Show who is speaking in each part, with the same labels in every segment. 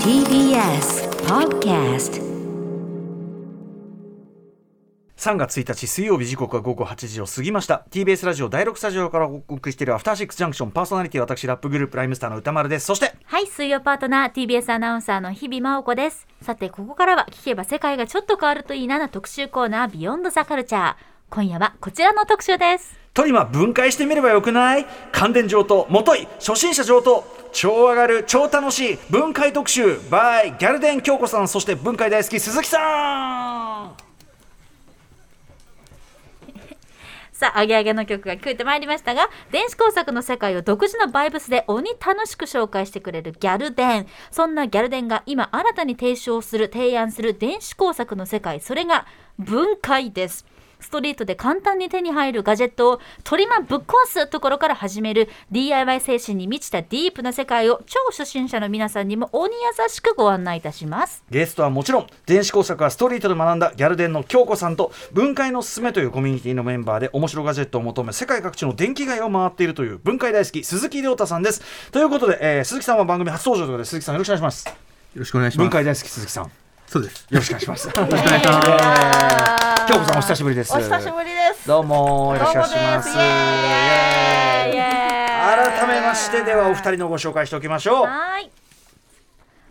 Speaker 1: TBS Podcast
Speaker 2: 3月1日水曜日時刻は午後8時を過ぎました TBS ラジオ第6スタジオからお送りしているアフターシックスジャンクションパーソナリティ私ラップグループライムスターの歌丸ですそして
Speaker 3: はい、水曜パートナー TBS アナウンサーの日々真央子です。さて、ここからは聞けば世界がちょっと変わるといいなな特集コーナービヨンドザカルチャー。今夜はこちらの特集です。
Speaker 2: トリマ分解してみればよくない関電上等もとい初心者上等超上がる超楽しい分解特集 by ギャルデン京子さんそして分解大好き鈴木さん
Speaker 3: さあ、アゲアゲの曲が聞こえてまいりましたが、電子工作の世界を独自のバイブスで鬼楽しく紹介してくれるギャルデン。そんなギャルデンが今新たに提唱する、提案する電子工作の世界、それが分解です。ストリートで簡単に手に入るガジェットをトリマぶっ壊すところから始める DIY 精神に満ちたディープな世界を超初心者の皆さんにも鬼優しくご案内いたします。
Speaker 2: ゲストはもちろん電子工作はストリートで学んだギャルデンの京子さんと分解のすすめというコミュニティのメンバーで面白ガジェットを求め世界各地の電気街を回っているという分解大好き鈴木亮太さんですということで、えー鈴木さんは番組初登場ということで鈴木さんよろしくお願いします
Speaker 4: よろしくお願いします。
Speaker 2: 分解大好き鈴木さんよ
Speaker 4: そうです。
Speaker 2: ろしくお願いします京
Speaker 4: よろしくお願いします。
Speaker 2: 子さんお久しぶりです
Speaker 3: お久しぶりです。
Speaker 2: どうもよろしくお願いします
Speaker 3: どうもですイエーイイエーイ
Speaker 2: 改めましてではお二人のご紹介しておきましょう
Speaker 3: はい。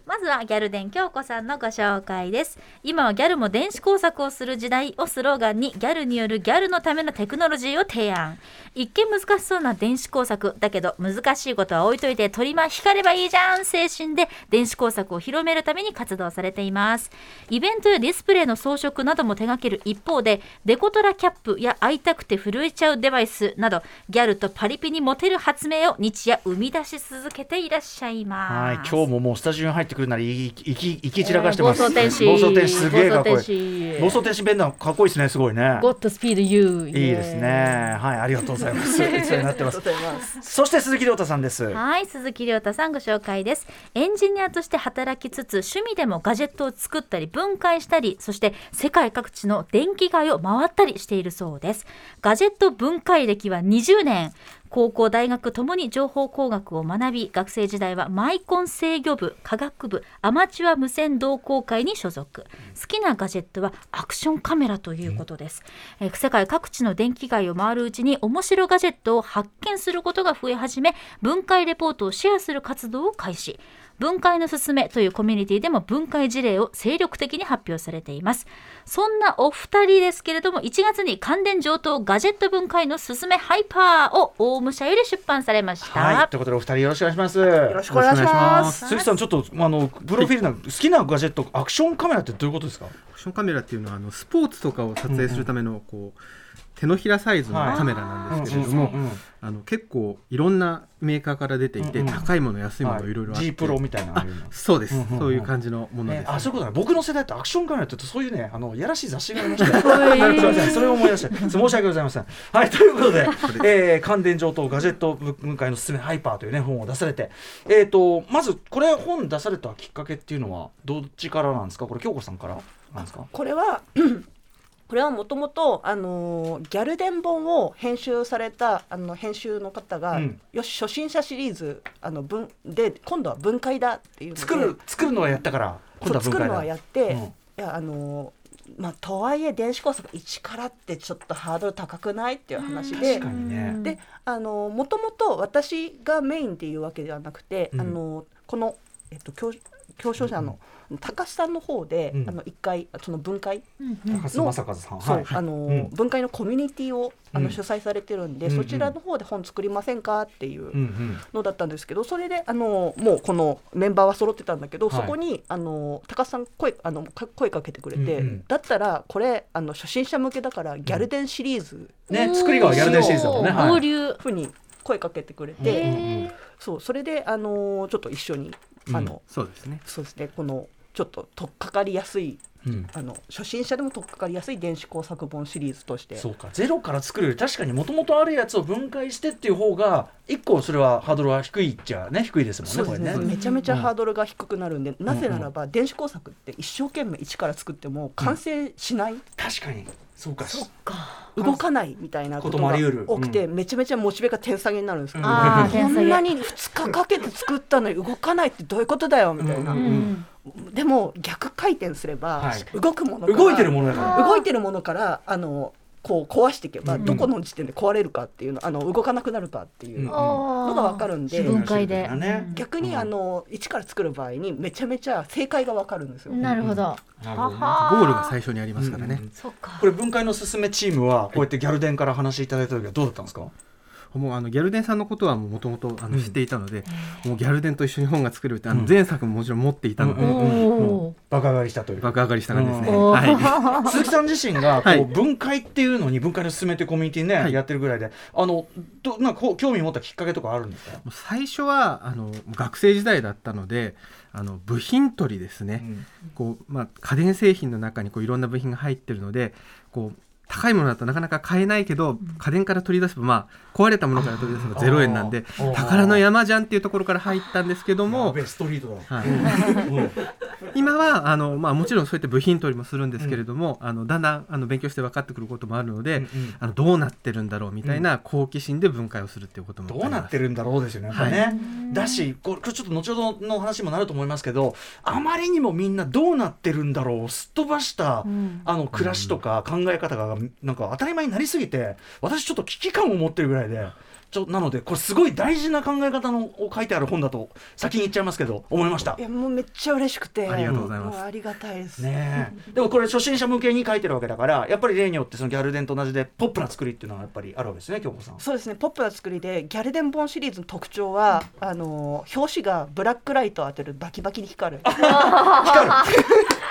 Speaker 3: まずはギャルデン京子さんのご紹介です。今はギャルも電子工作をする時代をスローガンにギャルによるギャルのためのテクノロジーを提案。一見難しそうな電子工作だけど難しいことは置いといて取り間光ればいいじゃん精神で電子工作を広めるために活動されています。イベントやディスプレイの装飾なども手掛ける一方でデコトラキャップや会いたくて震えちゃうデバイスなどギャルとパリピにモテる発明を日夜生み出し続けていらっしゃい
Speaker 2: は
Speaker 3: ま
Speaker 2: い
Speaker 3: す。、
Speaker 2: 今日ももうスタジオに入ってくるなり、いき、いき、いき散らかしてます。
Speaker 3: えー暴走天使
Speaker 2: 暴走天使すげえかっこいい。暴
Speaker 3: 暴走天
Speaker 2: 走
Speaker 3: 使
Speaker 2: 天使弁当かっこいいですね、すごいね。
Speaker 3: ゴッドスピードユー。いい
Speaker 2: いいですね。はい、ありがとうござい ます。お世話になってます。そして鈴木亮太さんです。
Speaker 3: はい、鈴木亮太さんご紹介です。エンジニアとして働きつつ、趣味でもガジェットを作ったり、分解したり、そして世界各地の電気街を回ったりしているそうです。ガジェット分解歴は20年。高校、大学ともに情報工学を学び、学生時代はマイコン制御部、科学部、アマチュア無線同好会に所属。好きなガジェットはアクションカメラということです。えー世界各地の電気街を回るうちに面白ガジェットを発見することが増え始め、分解レポートをシェアする活動を開始。分解のすすめというコミュニティでも分解事例を精力的に発表されています。そんなお二人ですけれども、1月に関連上等ガジェット分解のすすめハイパーを大武社より出版されました。
Speaker 2: はい、ということで、お二人よろしくお願いします。よろし
Speaker 4: よろしくお願いします。
Speaker 2: 鈴木さん、ちょっと、あの、プロフィールな、好きなガジェット、アクションカメラってどういうことですか。
Speaker 4: アクションカメラっていうのはあのスポーツとかを撮影するためのこう手のひらサイズのカメラなんですけれど
Speaker 2: う
Speaker 4: も
Speaker 2: んうんうんうん、
Speaker 4: あの結構いろんなメーカーから出ていて
Speaker 2: うんうん
Speaker 4: 高いもの安いも
Speaker 2: は
Speaker 4: のいろいろあっ
Speaker 2: い、G
Speaker 4: て
Speaker 2: プロみたいな。ああいうの
Speaker 4: そうです
Speaker 2: うんうんうん。
Speaker 4: そういう感じのもので
Speaker 2: ね、
Speaker 4: す。
Speaker 2: あそういうことだ僕の世代ってアクションカメラって言うとそういうねあのやらしい雑誌がありま したすいませんそれを思い出して申し訳ございませんはいということ で「えー、関電上等ガジェット文化へのすすめハイパー」というね本を出されてえっ、とまずこれ本出されたきっかけっていうのはどっちからなんですかこれ京子さんからなんですか
Speaker 5: これは これはもともとあのーギャル伝本を編集されたあの編集の方が、
Speaker 2: うん
Speaker 5: よし初心者シリーズあの分で今度は分解だっていうので
Speaker 2: 作る作るのはやったから今
Speaker 5: そ
Speaker 2: 度は文
Speaker 5: う作る
Speaker 2: 化
Speaker 5: のは
Speaker 2: だ
Speaker 5: やって、
Speaker 2: うん
Speaker 5: いやあのーまあとはいえ電子工作一からってちょっとハードル高くないっていう話で
Speaker 2: 確かにね
Speaker 5: であのもともと私がメインっていうわけではなくて、
Speaker 2: うん
Speaker 5: あのこの、えっと、教教書者の高須さんの方で、
Speaker 2: うん
Speaker 5: あの一回その分解
Speaker 3: うんうん
Speaker 2: 高須正和さん
Speaker 5: そう、
Speaker 2: はい
Speaker 5: あの
Speaker 2: うん
Speaker 5: 分解のコミュニティをあ
Speaker 2: う
Speaker 5: の
Speaker 2: ん
Speaker 5: 主催されてるんで、
Speaker 2: うんうん
Speaker 5: そちらの方で本作りませんかっていう
Speaker 2: うんうん
Speaker 5: のだったんですけどそれであのもうこのメンバーは揃ってたんだけど、
Speaker 2: はい
Speaker 5: そこにあの高須さん声あのか声かけてくれて、
Speaker 2: うんうん
Speaker 5: だったらこれあの初心者向けだからギャルデンシリーズ
Speaker 2: ね作りがやる電子シリーズだもんね
Speaker 3: おー合
Speaker 2: はい
Speaker 3: 流。
Speaker 5: ふうに声かけてくれ
Speaker 2: う
Speaker 5: て、
Speaker 2: んうんうん
Speaker 5: そうそれであのちょっと一緒にあの、
Speaker 4: そうですね。
Speaker 5: そうですねこのちょっと取っかかりやすい
Speaker 2: うん
Speaker 5: あの初心者でも取っかかりやすい電子工作本シリーズとして
Speaker 2: そうかゼロから作るより確かにもともとあるやつを分解してっていう方が一個それはハードルは低いっちゃね低いですもんね
Speaker 5: そうですね
Speaker 2: これね
Speaker 5: めちゃめちゃハードルが低くなるんで、なぜならば電子工作って一生懸命一から作っても完成しない、
Speaker 2: 確かにそうか
Speaker 5: 動かないみたいなこと
Speaker 2: こともあ
Speaker 5: が
Speaker 2: り得る
Speaker 5: 多くて、めちゃめちゃモチベが点下げになるんですけど、
Speaker 3: あー
Speaker 5: こんなに2日かけて作ったのに動かないってどういうことだよみたいな、
Speaker 2: う
Speaker 3: うんん
Speaker 5: でも逆回転すれば、
Speaker 2: はい
Speaker 5: 動くものから
Speaker 2: 動いてるものだから
Speaker 5: 動いてるものからあのこう壊していけば、
Speaker 2: うん
Speaker 5: どこの時点で壊れるかっていうのあの動かなくなるかってい
Speaker 2: う
Speaker 5: う
Speaker 2: ん
Speaker 5: のが分かるんで、
Speaker 3: 分解で
Speaker 2: そうなんですよ
Speaker 5: 逆に、
Speaker 2: うん
Speaker 5: あの一から作る場合にめちゃめちゃ正解が分かるんですよ。
Speaker 3: なるほど。
Speaker 2: なるほ
Speaker 3: は
Speaker 2: どね
Speaker 3: は
Speaker 4: ゴールが最初にありますからね
Speaker 2: うんうん、
Speaker 3: そっか
Speaker 2: こ。れ分解のすすめチームはこうやってギャルデンから話いただいた時はどうだったんですか
Speaker 4: もうあのギャルデンさんのことはもともと
Speaker 2: うん
Speaker 4: 知っていたので、もうギャルデンと一緒に本が作れるってあ
Speaker 2: うん
Speaker 4: の前作ももちろん持っていたので、
Speaker 2: うんうん
Speaker 3: おー
Speaker 2: バカ上がりしたというか
Speaker 4: 爆上がりした感じですね、
Speaker 2: うん
Speaker 3: おー
Speaker 4: は
Speaker 2: 鈴木さん自身がこ
Speaker 4: はいう
Speaker 2: 分解っていうのに分解のすすめというコミュニティね、
Speaker 4: はい
Speaker 2: やってるぐらいであのどなんかこう興味持ったきっかけとかあるんですか、
Speaker 4: い、最初はあの学生時代だったのであの部品取りですね、こうまあ、家電製品の中にこういろんな部品が入ってるのでこう高いものだとなかなか買えないけど家電から取り出せば、まあ、壊れたものから取り出せば0円なんで
Speaker 2: あー
Speaker 4: 宝の山じゃんっていうところから入ったんですけど
Speaker 2: もう
Speaker 4: も、
Speaker 2: ベストリートだ
Speaker 4: はい
Speaker 2: うん
Speaker 4: 今はあの、まあ、もちろんそうやって部品取りもするんですけれども、あのだんだんあの勉強して分かってくることもあるので、
Speaker 2: うん
Speaker 4: あのどうなってるんだろうみたいな好奇心で分解をするっていうことも
Speaker 2: どうなって
Speaker 4: る
Speaker 2: るんだろうですよね。やっぱねだしこれこれちょっと後ほどの話にもなると思いますけどあまりにもみんなどうなってるんだろうをすっ飛ばした、
Speaker 3: うん
Speaker 2: あの暮らしとか考え方がなんか当たり前になりすぎて私ちょっと危機感を持ってるぐらいで。ちょなのでこれすごい大事な考え方のを書いてある本だと先に言っちゃいますけど思いました
Speaker 5: い。やもうめっちゃ嬉しくて
Speaker 4: ありがとうございます
Speaker 5: もありがたいです、
Speaker 2: ねえでもこれ初心者向けに書いてるわけだからやっぱり例によってそのギャルデンと同じでポップな作りっていうのはやっぱりあるわけですね京子さ ん。
Speaker 5: そうですねポップな作りでギャルデン本シリーズの特徴はあの表紙がブラックライトを当てるバキバキに光る
Speaker 2: 光る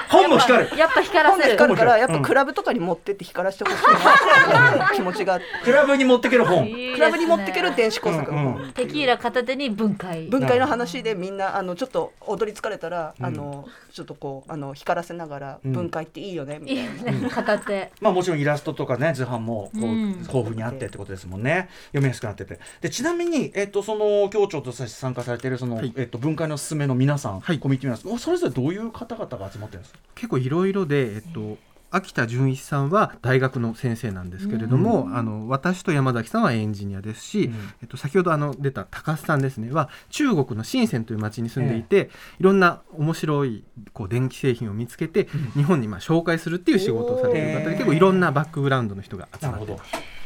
Speaker 2: 本も光る
Speaker 3: やっぱ光ら
Speaker 5: 本で
Speaker 3: せる。
Speaker 5: 光るからやっ
Speaker 2: う
Speaker 5: ぱ
Speaker 2: ん
Speaker 5: クラブとかに持ってって光らせてほしいなっていう気持 ちがあって
Speaker 2: クラブに持ってける本。
Speaker 5: クラブに持ってける電子工作の
Speaker 2: うんうん
Speaker 5: 本
Speaker 3: テキーラ片手に分解。
Speaker 5: 文化の話でみんなあのちょっと踊り疲れたら、あのちょっとこうあの光らせながら
Speaker 2: うん
Speaker 5: 分解っていいよねみた
Speaker 3: い
Speaker 5: い
Speaker 3: い
Speaker 5: な、
Speaker 3: ね片手。
Speaker 2: まあもちろんイラストとかね図版もこう
Speaker 3: うん
Speaker 2: 豊富にあってってことですもんね、読みやすくなっててでちなみに、えっと、その協調として参加されているその、
Speaker 4: はい
Speaker 2: えっと、文化のすすめの皆さん、
Speaker 4: はい
Speaker 2: コミュニティの皆さんそれぞれどういう方々が集まってるんですか
Speaker 4: 結構いろいろで、えっと、秋田純一さんは大学の先生なんですけれども、あの私と山崎さんはエンジニアですし、
Speaker 2: うん
Speaker 4: えっと、先ほどあの出た高須さんですねは中国の深センという町に住んでいて、いろんな面白いこう電気製品を見つけて、日本にまあ紹介するっていう仕事をされている方
Speaker 2: おー
Speaker 4: で結構いろんなバックグラウンドの人が集
Speaker 2: なる
Speaker 4: ま
Speaker 2: ほ
Speaker 4: って
Speaker 2: ど。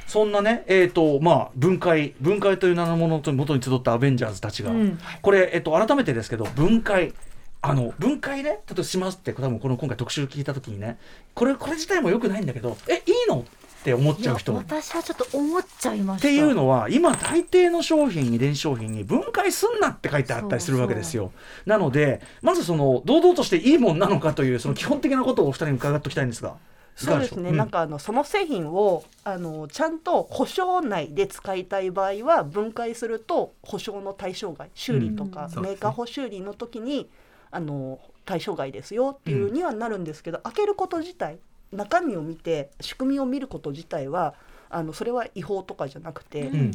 Speaker 2: そんなね、えーとまあ、分解分解という名のものと元に集ったアベンジャーズたちが、
Speaker 3: うん
Speaker 2: これ、えっと改めてですけど分解あの分解ね例えばしますって多分この今回特集聞いた時にねこれこれ自体もよくないんだけどえいいのって思っ
Speaker 3: い
Speaker 2: ちゃ
Speaker 3: や
Speaker 2: う人
Speaker 3: 私はちょっと思っちゃいま
Speaker 2: っ
Speaker 3: した。
Speaker 2: ていうのは今大抵の商品に電子商品に分解すんなって書いてあったりするわけですよなのでまずその堂々としていいもんなのかというその基本的なことをお二人に伺っておきたいんですがいか
Speaker 5: そう
Speaker 2: が
Speaker 5: で
Speaker 2: し
Speaker 5: す
Speaker 2: ょ
Speaker 5: ね、なんかあのその製品をあのちゃんと保証内で使いたい場合は分解すると保証の対象外修理とか、
Speaker 4: うん
Speaker 5: メーカー補修理の時にあの対象外ですよっていうにはなるんですけど、開けること自体中身を見て仕組みを見ること自体はあのそれは違法とかじゃなくて、
Speaker 2: うんうん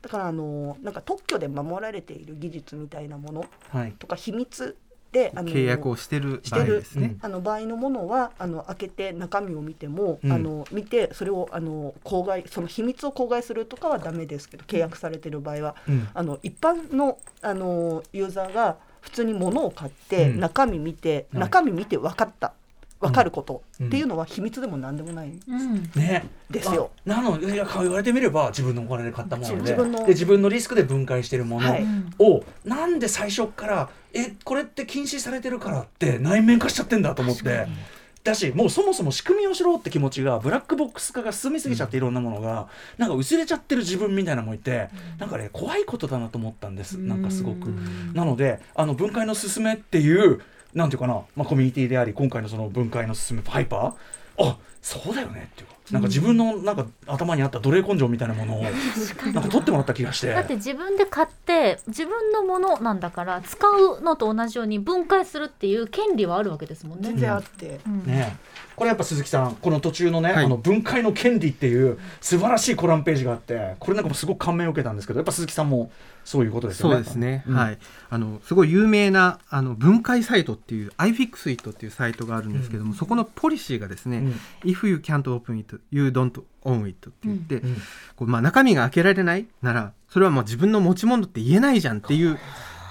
Speaker 5: だからあのなんか特許で守られている技術みたいなもの
Speaker 2: はい
Speaker 5: とか秘密であの
Speaker 4: 契約をしてる
Speaker 5: し
Speaker 4: 場
Speaker 5: て
Speaker 4: 合
Speaker 5: る
Speaker 4: ですね。
Speaker 5: あの場合のものはあの開けて中身を見ても、
Speaker 2: うん
Speaker 5: あの見てそれをあの公害その秘密を公害するとかはダメですけど契約されてる場合は
Speaker 2: うん
Speaker 5: あの一般のあのユーザーが普通に物を買って、
Speaker 2: うん
Speaker 5: 中身見て、
Speaker 2: はい
Speaker 5: 中身見て分かった分かること、
Speaker 2: うん
Speaker 5: っていうのは秘密でも何でもない、
Speaker 3: うん。
Speaker 2: ね
Speaker 5: ですよ
Speaker 2: あなのいや言われてみれば自分のお金で買ったもので
Speaker 5: 自分の
Speaker 2: で自分のリスクで分解してるもの
Speaker 5: はい
Speaker 2: をなんで最初からえこれって禁止されてるからって内面化しちゃってんだと思って。だしもうそもそも仕組みを知ろうって気持ちがブラックボックス化が進みすぎちゃっていろんなものが、なんか薄れちゃってる自分みたいなのもいて、なんかね怖いことだなと思ったんです、なんかすごく。なのであの分解の勧めっていうなんていうかな、まあ、コミュニティであり今回のその分解の勧めハイパーあそうだよねっていうかなんか自分のなんか頭にあった奴隷根性みたいなものをなんか取ってもらった気がして
Speaker 3: だって自分で買って自分のものなんだから使うのと同じように分解するっていう権利はあるわけですもんね
Speaker 5: 全。然あって、
Speaker 3: うん
Speaker 2: ねこれやっぱ鈴木さんこの途中のね、
Speaker 4: はい
Speaker 2: あの分解の権利っていう素晴らしいコラムページがあってこれなんかもすごく感銘を受けたんですけどやっぱ鈴木さんもそういうことですよね
Speaker 4: そうですね、
Speaker 2: うん
Speaker 4: はいあのすごい有名なあの分解サイトっていう iFixit っていうサイトがあるんですけども、そこのポリシーがですね、If you can't open it you don't own it って言って、
Speaker 2: うんうん
Speaker 4: こうまあ、中身が開けられないならそれはもう自分の持ち物って言えないじゃんっていう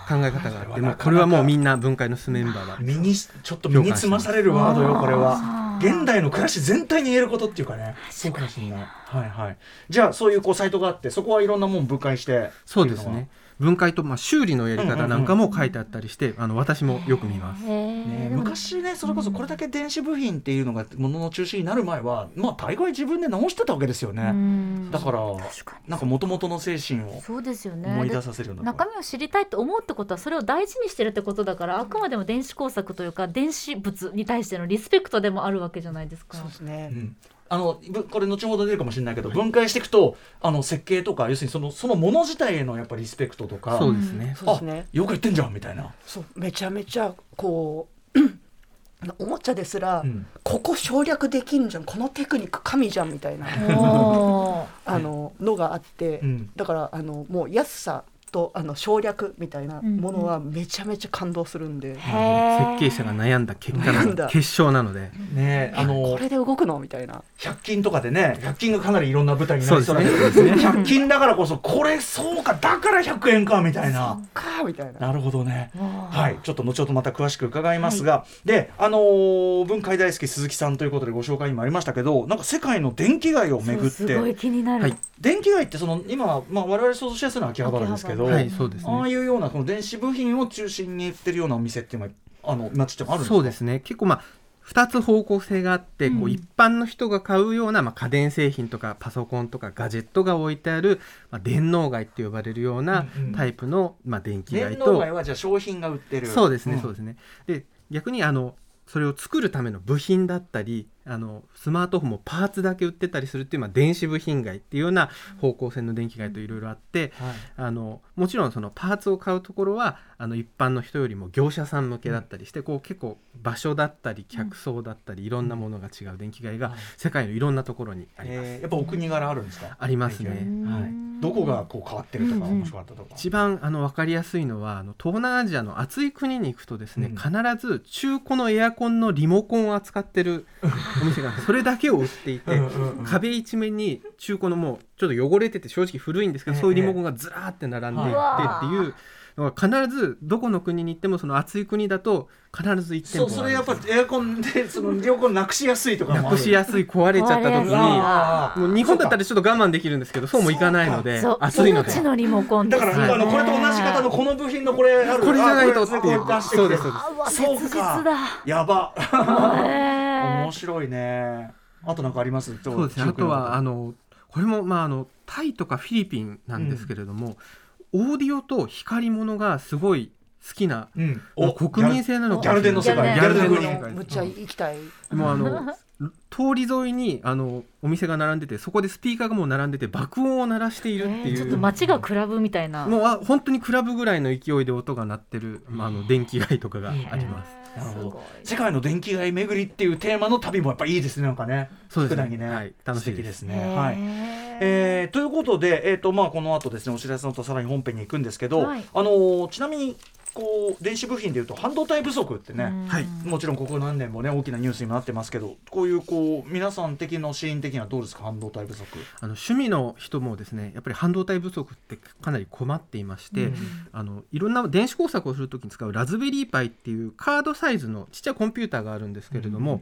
Speaker 4: 考え方があってもうこれはもうみんな分解のスメンバーは
Speaker 2: 身にちょっと身につまされるワードよこれは現代の暮らし全体に言えることっていうかねそうかもしれないはいはいじゃあそういうこうサイトがあってそこはいろんなもん分解して
Speaker 4: そうですね分解と、まあ、修理のやり方なんかも書いてあったりして、あの私もよく見ます。
Speaker 3: へえ
Speaker 2: ね、
Speaker 3: でも
Speaker 2: 昔ねそれこそこれだけ電子部品っていうのがものの中心になる前はまあ大概自分で直してたわけですよ
Speaker 3: う
Speaker 2: ね、
Speaker 3: ん
Speaker 2: だから
Speaker 3: 確かに
Speaker 2: なんかもともとの精神を
Speaker 3: そうですよね。
Speaker 2: 思い出させるような
Speaker 3: 中身を知りたいと思うってことはそれを大事にしてるってことだからあくまでも電子工作というか電子物に対してのリスペクトでもあるわけじゃないですか
Speaker 5: そうですね、
Speaker 2: うんあのぶこれ後ほど出るかもしれないけど、分解していくとあの設計とか要するにそのそのもの自体へのやっぱりリスペクトとか
Speaker 4: そうですね、
Speaker 5: そうですね
Speaker 2: あよく言ってんじゃんみたいな、
Speaker 5: そうめちゃめちゃこう おもちゃですら、
Speaker 2: うん
Speaker 5: ここ省略できんじゃんこのテクニック神じゃんみたいな
Speaker 3: おー
Speaker 5: あののがあって、
Speaker 2: うん
Speaker 5: だからあのもう安さとあの省略みたいなものはめちゃめちゃ感動するんで、
Speaker 4: 設計者が悩んだ結果な
Speaker 5: 悩ん
Speaker 4: の
Speaker 5: だ
Speaker 4: 結晶なので、
Speaker 2: ねえあ
Speaker 5: こ
Speaker 2: の
Speaker 5: れで動くのみたいな
Speaker 2: 100均とかでね100均がかなりいろんな舞台になりそうだけど、
Speaker 4: そうですね
Speaker 2: 100均だからこそこれそうかだから100円かみたいな。
Speaker 5: かーみたいな。
Speaker 2: なるほどね。はい、ちょっと後ほどまた詳しく伺いますが、で、あのー文化大好き鈴木さんということでご紹介にもありましたけど、なんか世界の電気街を
Speaker 3: そ
Speaker 2: 巡
Speaker 3: う
Speaker 2: っ
Speaker 3: すごい
Speaker 2: て、
Speaker 3: 気になる、
Speaker 4: はい
Speaker 2: 電気街ってその今まあ我々想像しやすいのは秋葉原ですけど、
Speaker 3: 秋葉
Speaker 4: は
Speaker 3: 原
Speaker 4: いそうですね
Speaker 2: ああいうようなこの電子部品を中心に売ってるようなお店っていうのはあの今ちっちゃもあるんですか。
Speaker 4: そうですね結構まあ2つ方向性があって、こ
Speaker 3: う
Speaker 4: うん一般の人が買うような、まあ、家電製品とかパソコンとかガジェットが置いてある、まあ、電脳街って呼ばれるような
Speaker 2: うんうん
Speaker 4: タイプの、まあ、電気街
Speaker 2: 電
Speaker 4: と
Speaker 2: 脳街はじゃあ商品が売ってる。
Speaker 4: そうですね、
Speaker 2: ん
Speaker 4: そうですねで逆にあのそれを作るための部品だったりあのスマートフォンもパーツだけ売ってたりするっていう、まあ、電子部品街っていうような方向性の電気街といろいろあって、
Speaker 2: はい
Speaker 4: あのもちろんそのパーツを買うところはあの一般の人よりも業者さん向けだったりして、こう結構場所だったり客層だったりいろんなものが違う電気街が世界のいろんなところにあります。
Speaker 2: えーやっぱお国柄あるんですか。
Speaker 4: ありますね
Speaker 2: 電気
Speaker 3: う
Speaker 2: 街
Speaker 3: ん
Speaker 2: はい。どこがこう変わってるとか
Speaker 3: うんうん
Speaker 2: 面白かったとか。
Speaker 4: 一番あの分かりやすいのはあの東南アジアの暑い国に行くとです
Speaker 2: う
Speaker 4: ね、
Speaker 2: ん
Speaker 4: 必ず中古のエアコンのリモコンを扱ってる お店がそれだけを売っていて、
Speaker 2: うんうんうん
Speaker 4: 壁一面に中古のもうちょっと汚れてて正直古いんですけど、
Speaker 2: ええ
Speaker 4: そういうリモコンがずらーって並んでいってっていうのが必ずどこの国に行ってもその暑い国だと必ず1店
Speaker 2: そ
Speaker 4: 舗
Speaker 2: うそれ
Speaker 4: が
Speaker 2: や
Speaker 4: あ
Speaker 2: っ
Speaker 4: る
Speaker 2: ぱ
Speaker 4: んです
Speaker 2: エ
Speaker 4: よ
Speaker 2: アコンでそのエアコンなくしやすいとかもある
Speaker 4: なくしやすい壊れちゃった時
Speaker 3: 壊れやすい
Speaker 4: に
Speaker 2: あー
Speaker 4: もう日本だったらちょっと我慢できるんですけどそうもいかないので
Speaker 3: そう
Speaker 4: 暑いので
Speaker 3: 命のリモコン
Speaker 2: だから、
Speaker 4: はい
Speaker 2: あのこれと同じ方のこの部品のこれある
Speaker 4: これじゃないとってい
Speaker 2: あ
Speaker 4: う
Speaker 2: これこれ出して
Speaker 4: そうですそうです
Speaker 3: あうわ切
Speaker 2: そう
Speaker 3: 実
Speaker 2: か
Speaker 3: だ
Speaker 2: やば
Speaker 3: 面
Speaker 2: 面白いねあとなんかあります
Speaker 4: そうですね。あとはあ
Speaker 2: の
Speaker 4: のこれもまああのタイとかフィリピンなんですけれども、オーディオと光り物がすごい好きな、
Speaker 2: うん
Speaker 4: まあ
Speaker 2: お
Speaker 4: 国民性なの
Speaker 2: ギャ
Speaker 4: か
Speaker 2: ル
Speaker 4: もし
Speaker 2: ギャルデ
Speaker 4: れ
Speaker 2: ンの
Speaker 4: ない
Speaker 2: 世界
Speaker 4: ギャルデンの
Speaker 5: あ
Speaker 4: 世
Speaker 5: の
Speaker 4: 界
Speaker 5: むっちゃ行きたい。
Speaker 4: もうあの通り沿いにあのお店が並んでてそこでスピーカーがもう並んでて爆音を鳴らしているって
Speaker 3: えー
Speaker 4: いう、
Speaker 3: ちょっと街がクラブみたいな
Speaker 4: もうあ本当にクラブぐらいの勢いで音が鳴ってる、まあ、あの電気街とかがあります。
Speaker 2: なるほ
Speaker 3: すご
Speaker 2: ど
Speaker 3: い
Speaker 2: 世界の電気街巡りっていうテーマの旅もやっぱいいですねなんかね
Speaker 4: そうですね
Speaker 2: 宿題にね、
Speaker 4: はい楽しい
Speaker 2: 素
Speaker 4: です
Speaker 2: 敵ですねはい
Speaker 3: え
Speaker 2: えーということで、えーとまあ、この後ですねお知らせのとさらに本編に行くんですけど、
Speaker 3: はい
Speaker 2: あのーちなみにこう電子部品でいうと半導体不足ってね、
Speaker 4: はい
Speaker 2: もちろんここ何年もね大きなニュースにもなってますけどこういうこう皆さん的のシーン的にはどうですか半導体不足。
Speaker 4: あの趣味の人もですねやっぱり半導体不足ってかなり困っていまして、
Speaker 2: うん
Speaker 4: あのいろんな電子工作をするときに使うラズベリーパイっていうカードサイズのちっちゃいコンピューターがあるんですけれども、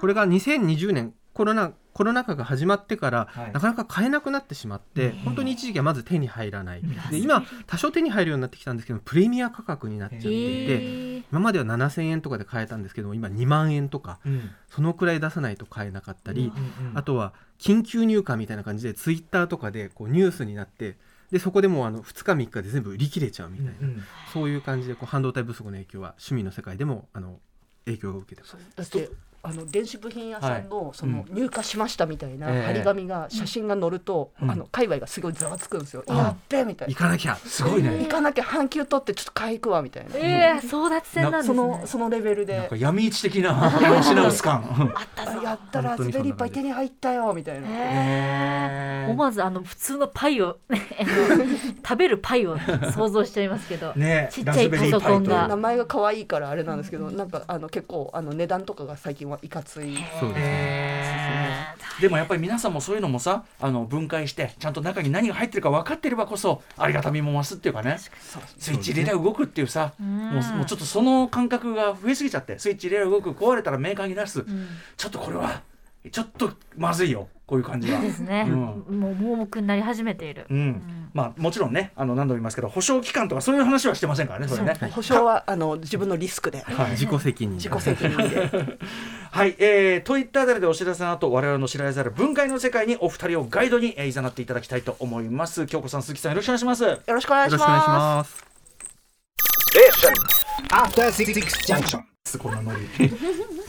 Speaker 4: これが2020年コロナコロナ禍が始まってから、
Speaker 2: はい
Speaker 4: なかなか買えなくなってしまって、本当に一時期はまず手に入らない、で今多少手に入るようになってきたんですけどプレミア価格になっちゃっていて、
Speaker 3: ー
Speaker 4: 今までは7000円とかで買えたんですけども今2万円とか
Speaker 2: うん
Speaker 4: そのくらい出さないと買えなかったり、
Speaker 2: うん
Speaker 4: あとは緊急入荷みたいな感じでツイッターとかでこうニュースになってでそこでもうあの2日3日で全部売り切れちゃうみたいな、そういう感じでこう半導体不足の影響は趣味の世界でもあの影響を受けてます。
Speaker 5: だってあの電子部品屋さんのその
Speaker 2: う
Speaker 5: 入荷しましたみたいな
Speaker 4: ええ
Speaker 5: 張り紙が写真が載ると、
Speaker 2: うん
Speaker 5: あの界隈がすごいざわつくんですよ。
Speaker 2: うん
Speaker 5: やっべえみたい
Speaker 4: 行
Speaker 5: な。
Speaker 4: かなきゃ
Speaker 2: すごいね
Speaker 5: 行かなきゃ半休取ってちょっと買い行くわみたいな。
Speaker 3: ええ争奪戦なんです
Speaker 5: そ
Speaker 3: ね
Speaker 5: のそのレベル
Speaker 2: なん
Speaker 5: で
Speaker 2: か。闇市的 な品薄感
Speaker 3: あった
Speaker 5: あ
Speaker 3: ぞ
Speaker 5: やったら
Speaker 2: 本当にそんな
Speaker 5: ラズ
Speaker 2: 感じ
Speaker 5: ベリーパイ手に入ったよみたいな。
Speaker 3: へ
Speaker 2: へ
Speaker 3: え
Speaker 2: ー
Speaker 3: 思わずあの普通のパイをあの 食べるパイを想像しちゃいますけど、
Speaker 2: ね
Speaker 3: ちっちゃい
Speaker 2: ラズベ
Speaker 3: パソコン
Speaker 2: リーパイと
Speaker 5: 名
Speaker 3: が
Speaker 5: 前が可愛いからあれなんですけど、なんかあの結構あの値段とかが最近はいかつい。
Speaker 4: そうです
Speaker 3: へ
Speaker 2: でもやっぱり皆さんもそういうのもさあの分解してちゃんと中に何が入ってるか分かってればこそありがたみも増すっていうかね
Speaker 5: そうですね
Speaker 2: スイッチ入れりゃ動くっていうさもうもうちょっとその感覚が増えすぎちゃってスイッチ入れりゃ動く壊れたらメーカーに出す、
Speaker 3: ーうん
Speaker 2: ちょっとこれはちょっとまずいよこういう感じは。
Speaker 3: ですね、
Speaker 2: うん
Speaker 3: もう盲目になり始めている、
Speaker 2: うんまあ、もちろんねあの何度も言いますけど保証期間とかそういう話はしてませんからねそれね。
Speaker 5: 保証はあの自分のリスクで、
Speaker 2: はい
Speaker 4: 自己責任
Speaker 5: 自己責任で。
Speaker 2: はい、えー、といったあたりでお知らせの後我々の知られざる分解の世界にお二人をガイドにいざなっていただきたいと思います京子さん鈴木さんよろしくお願いします
Speaker 5: よろしくお願
Speaker 4: よ
Speaker 5: い
Speaker 4: ろ
Speaker 5: し
Speaker 4: しくお願いし
Speaker 5: ま
Speaker 4: ます
Speaker 2: すこのノリ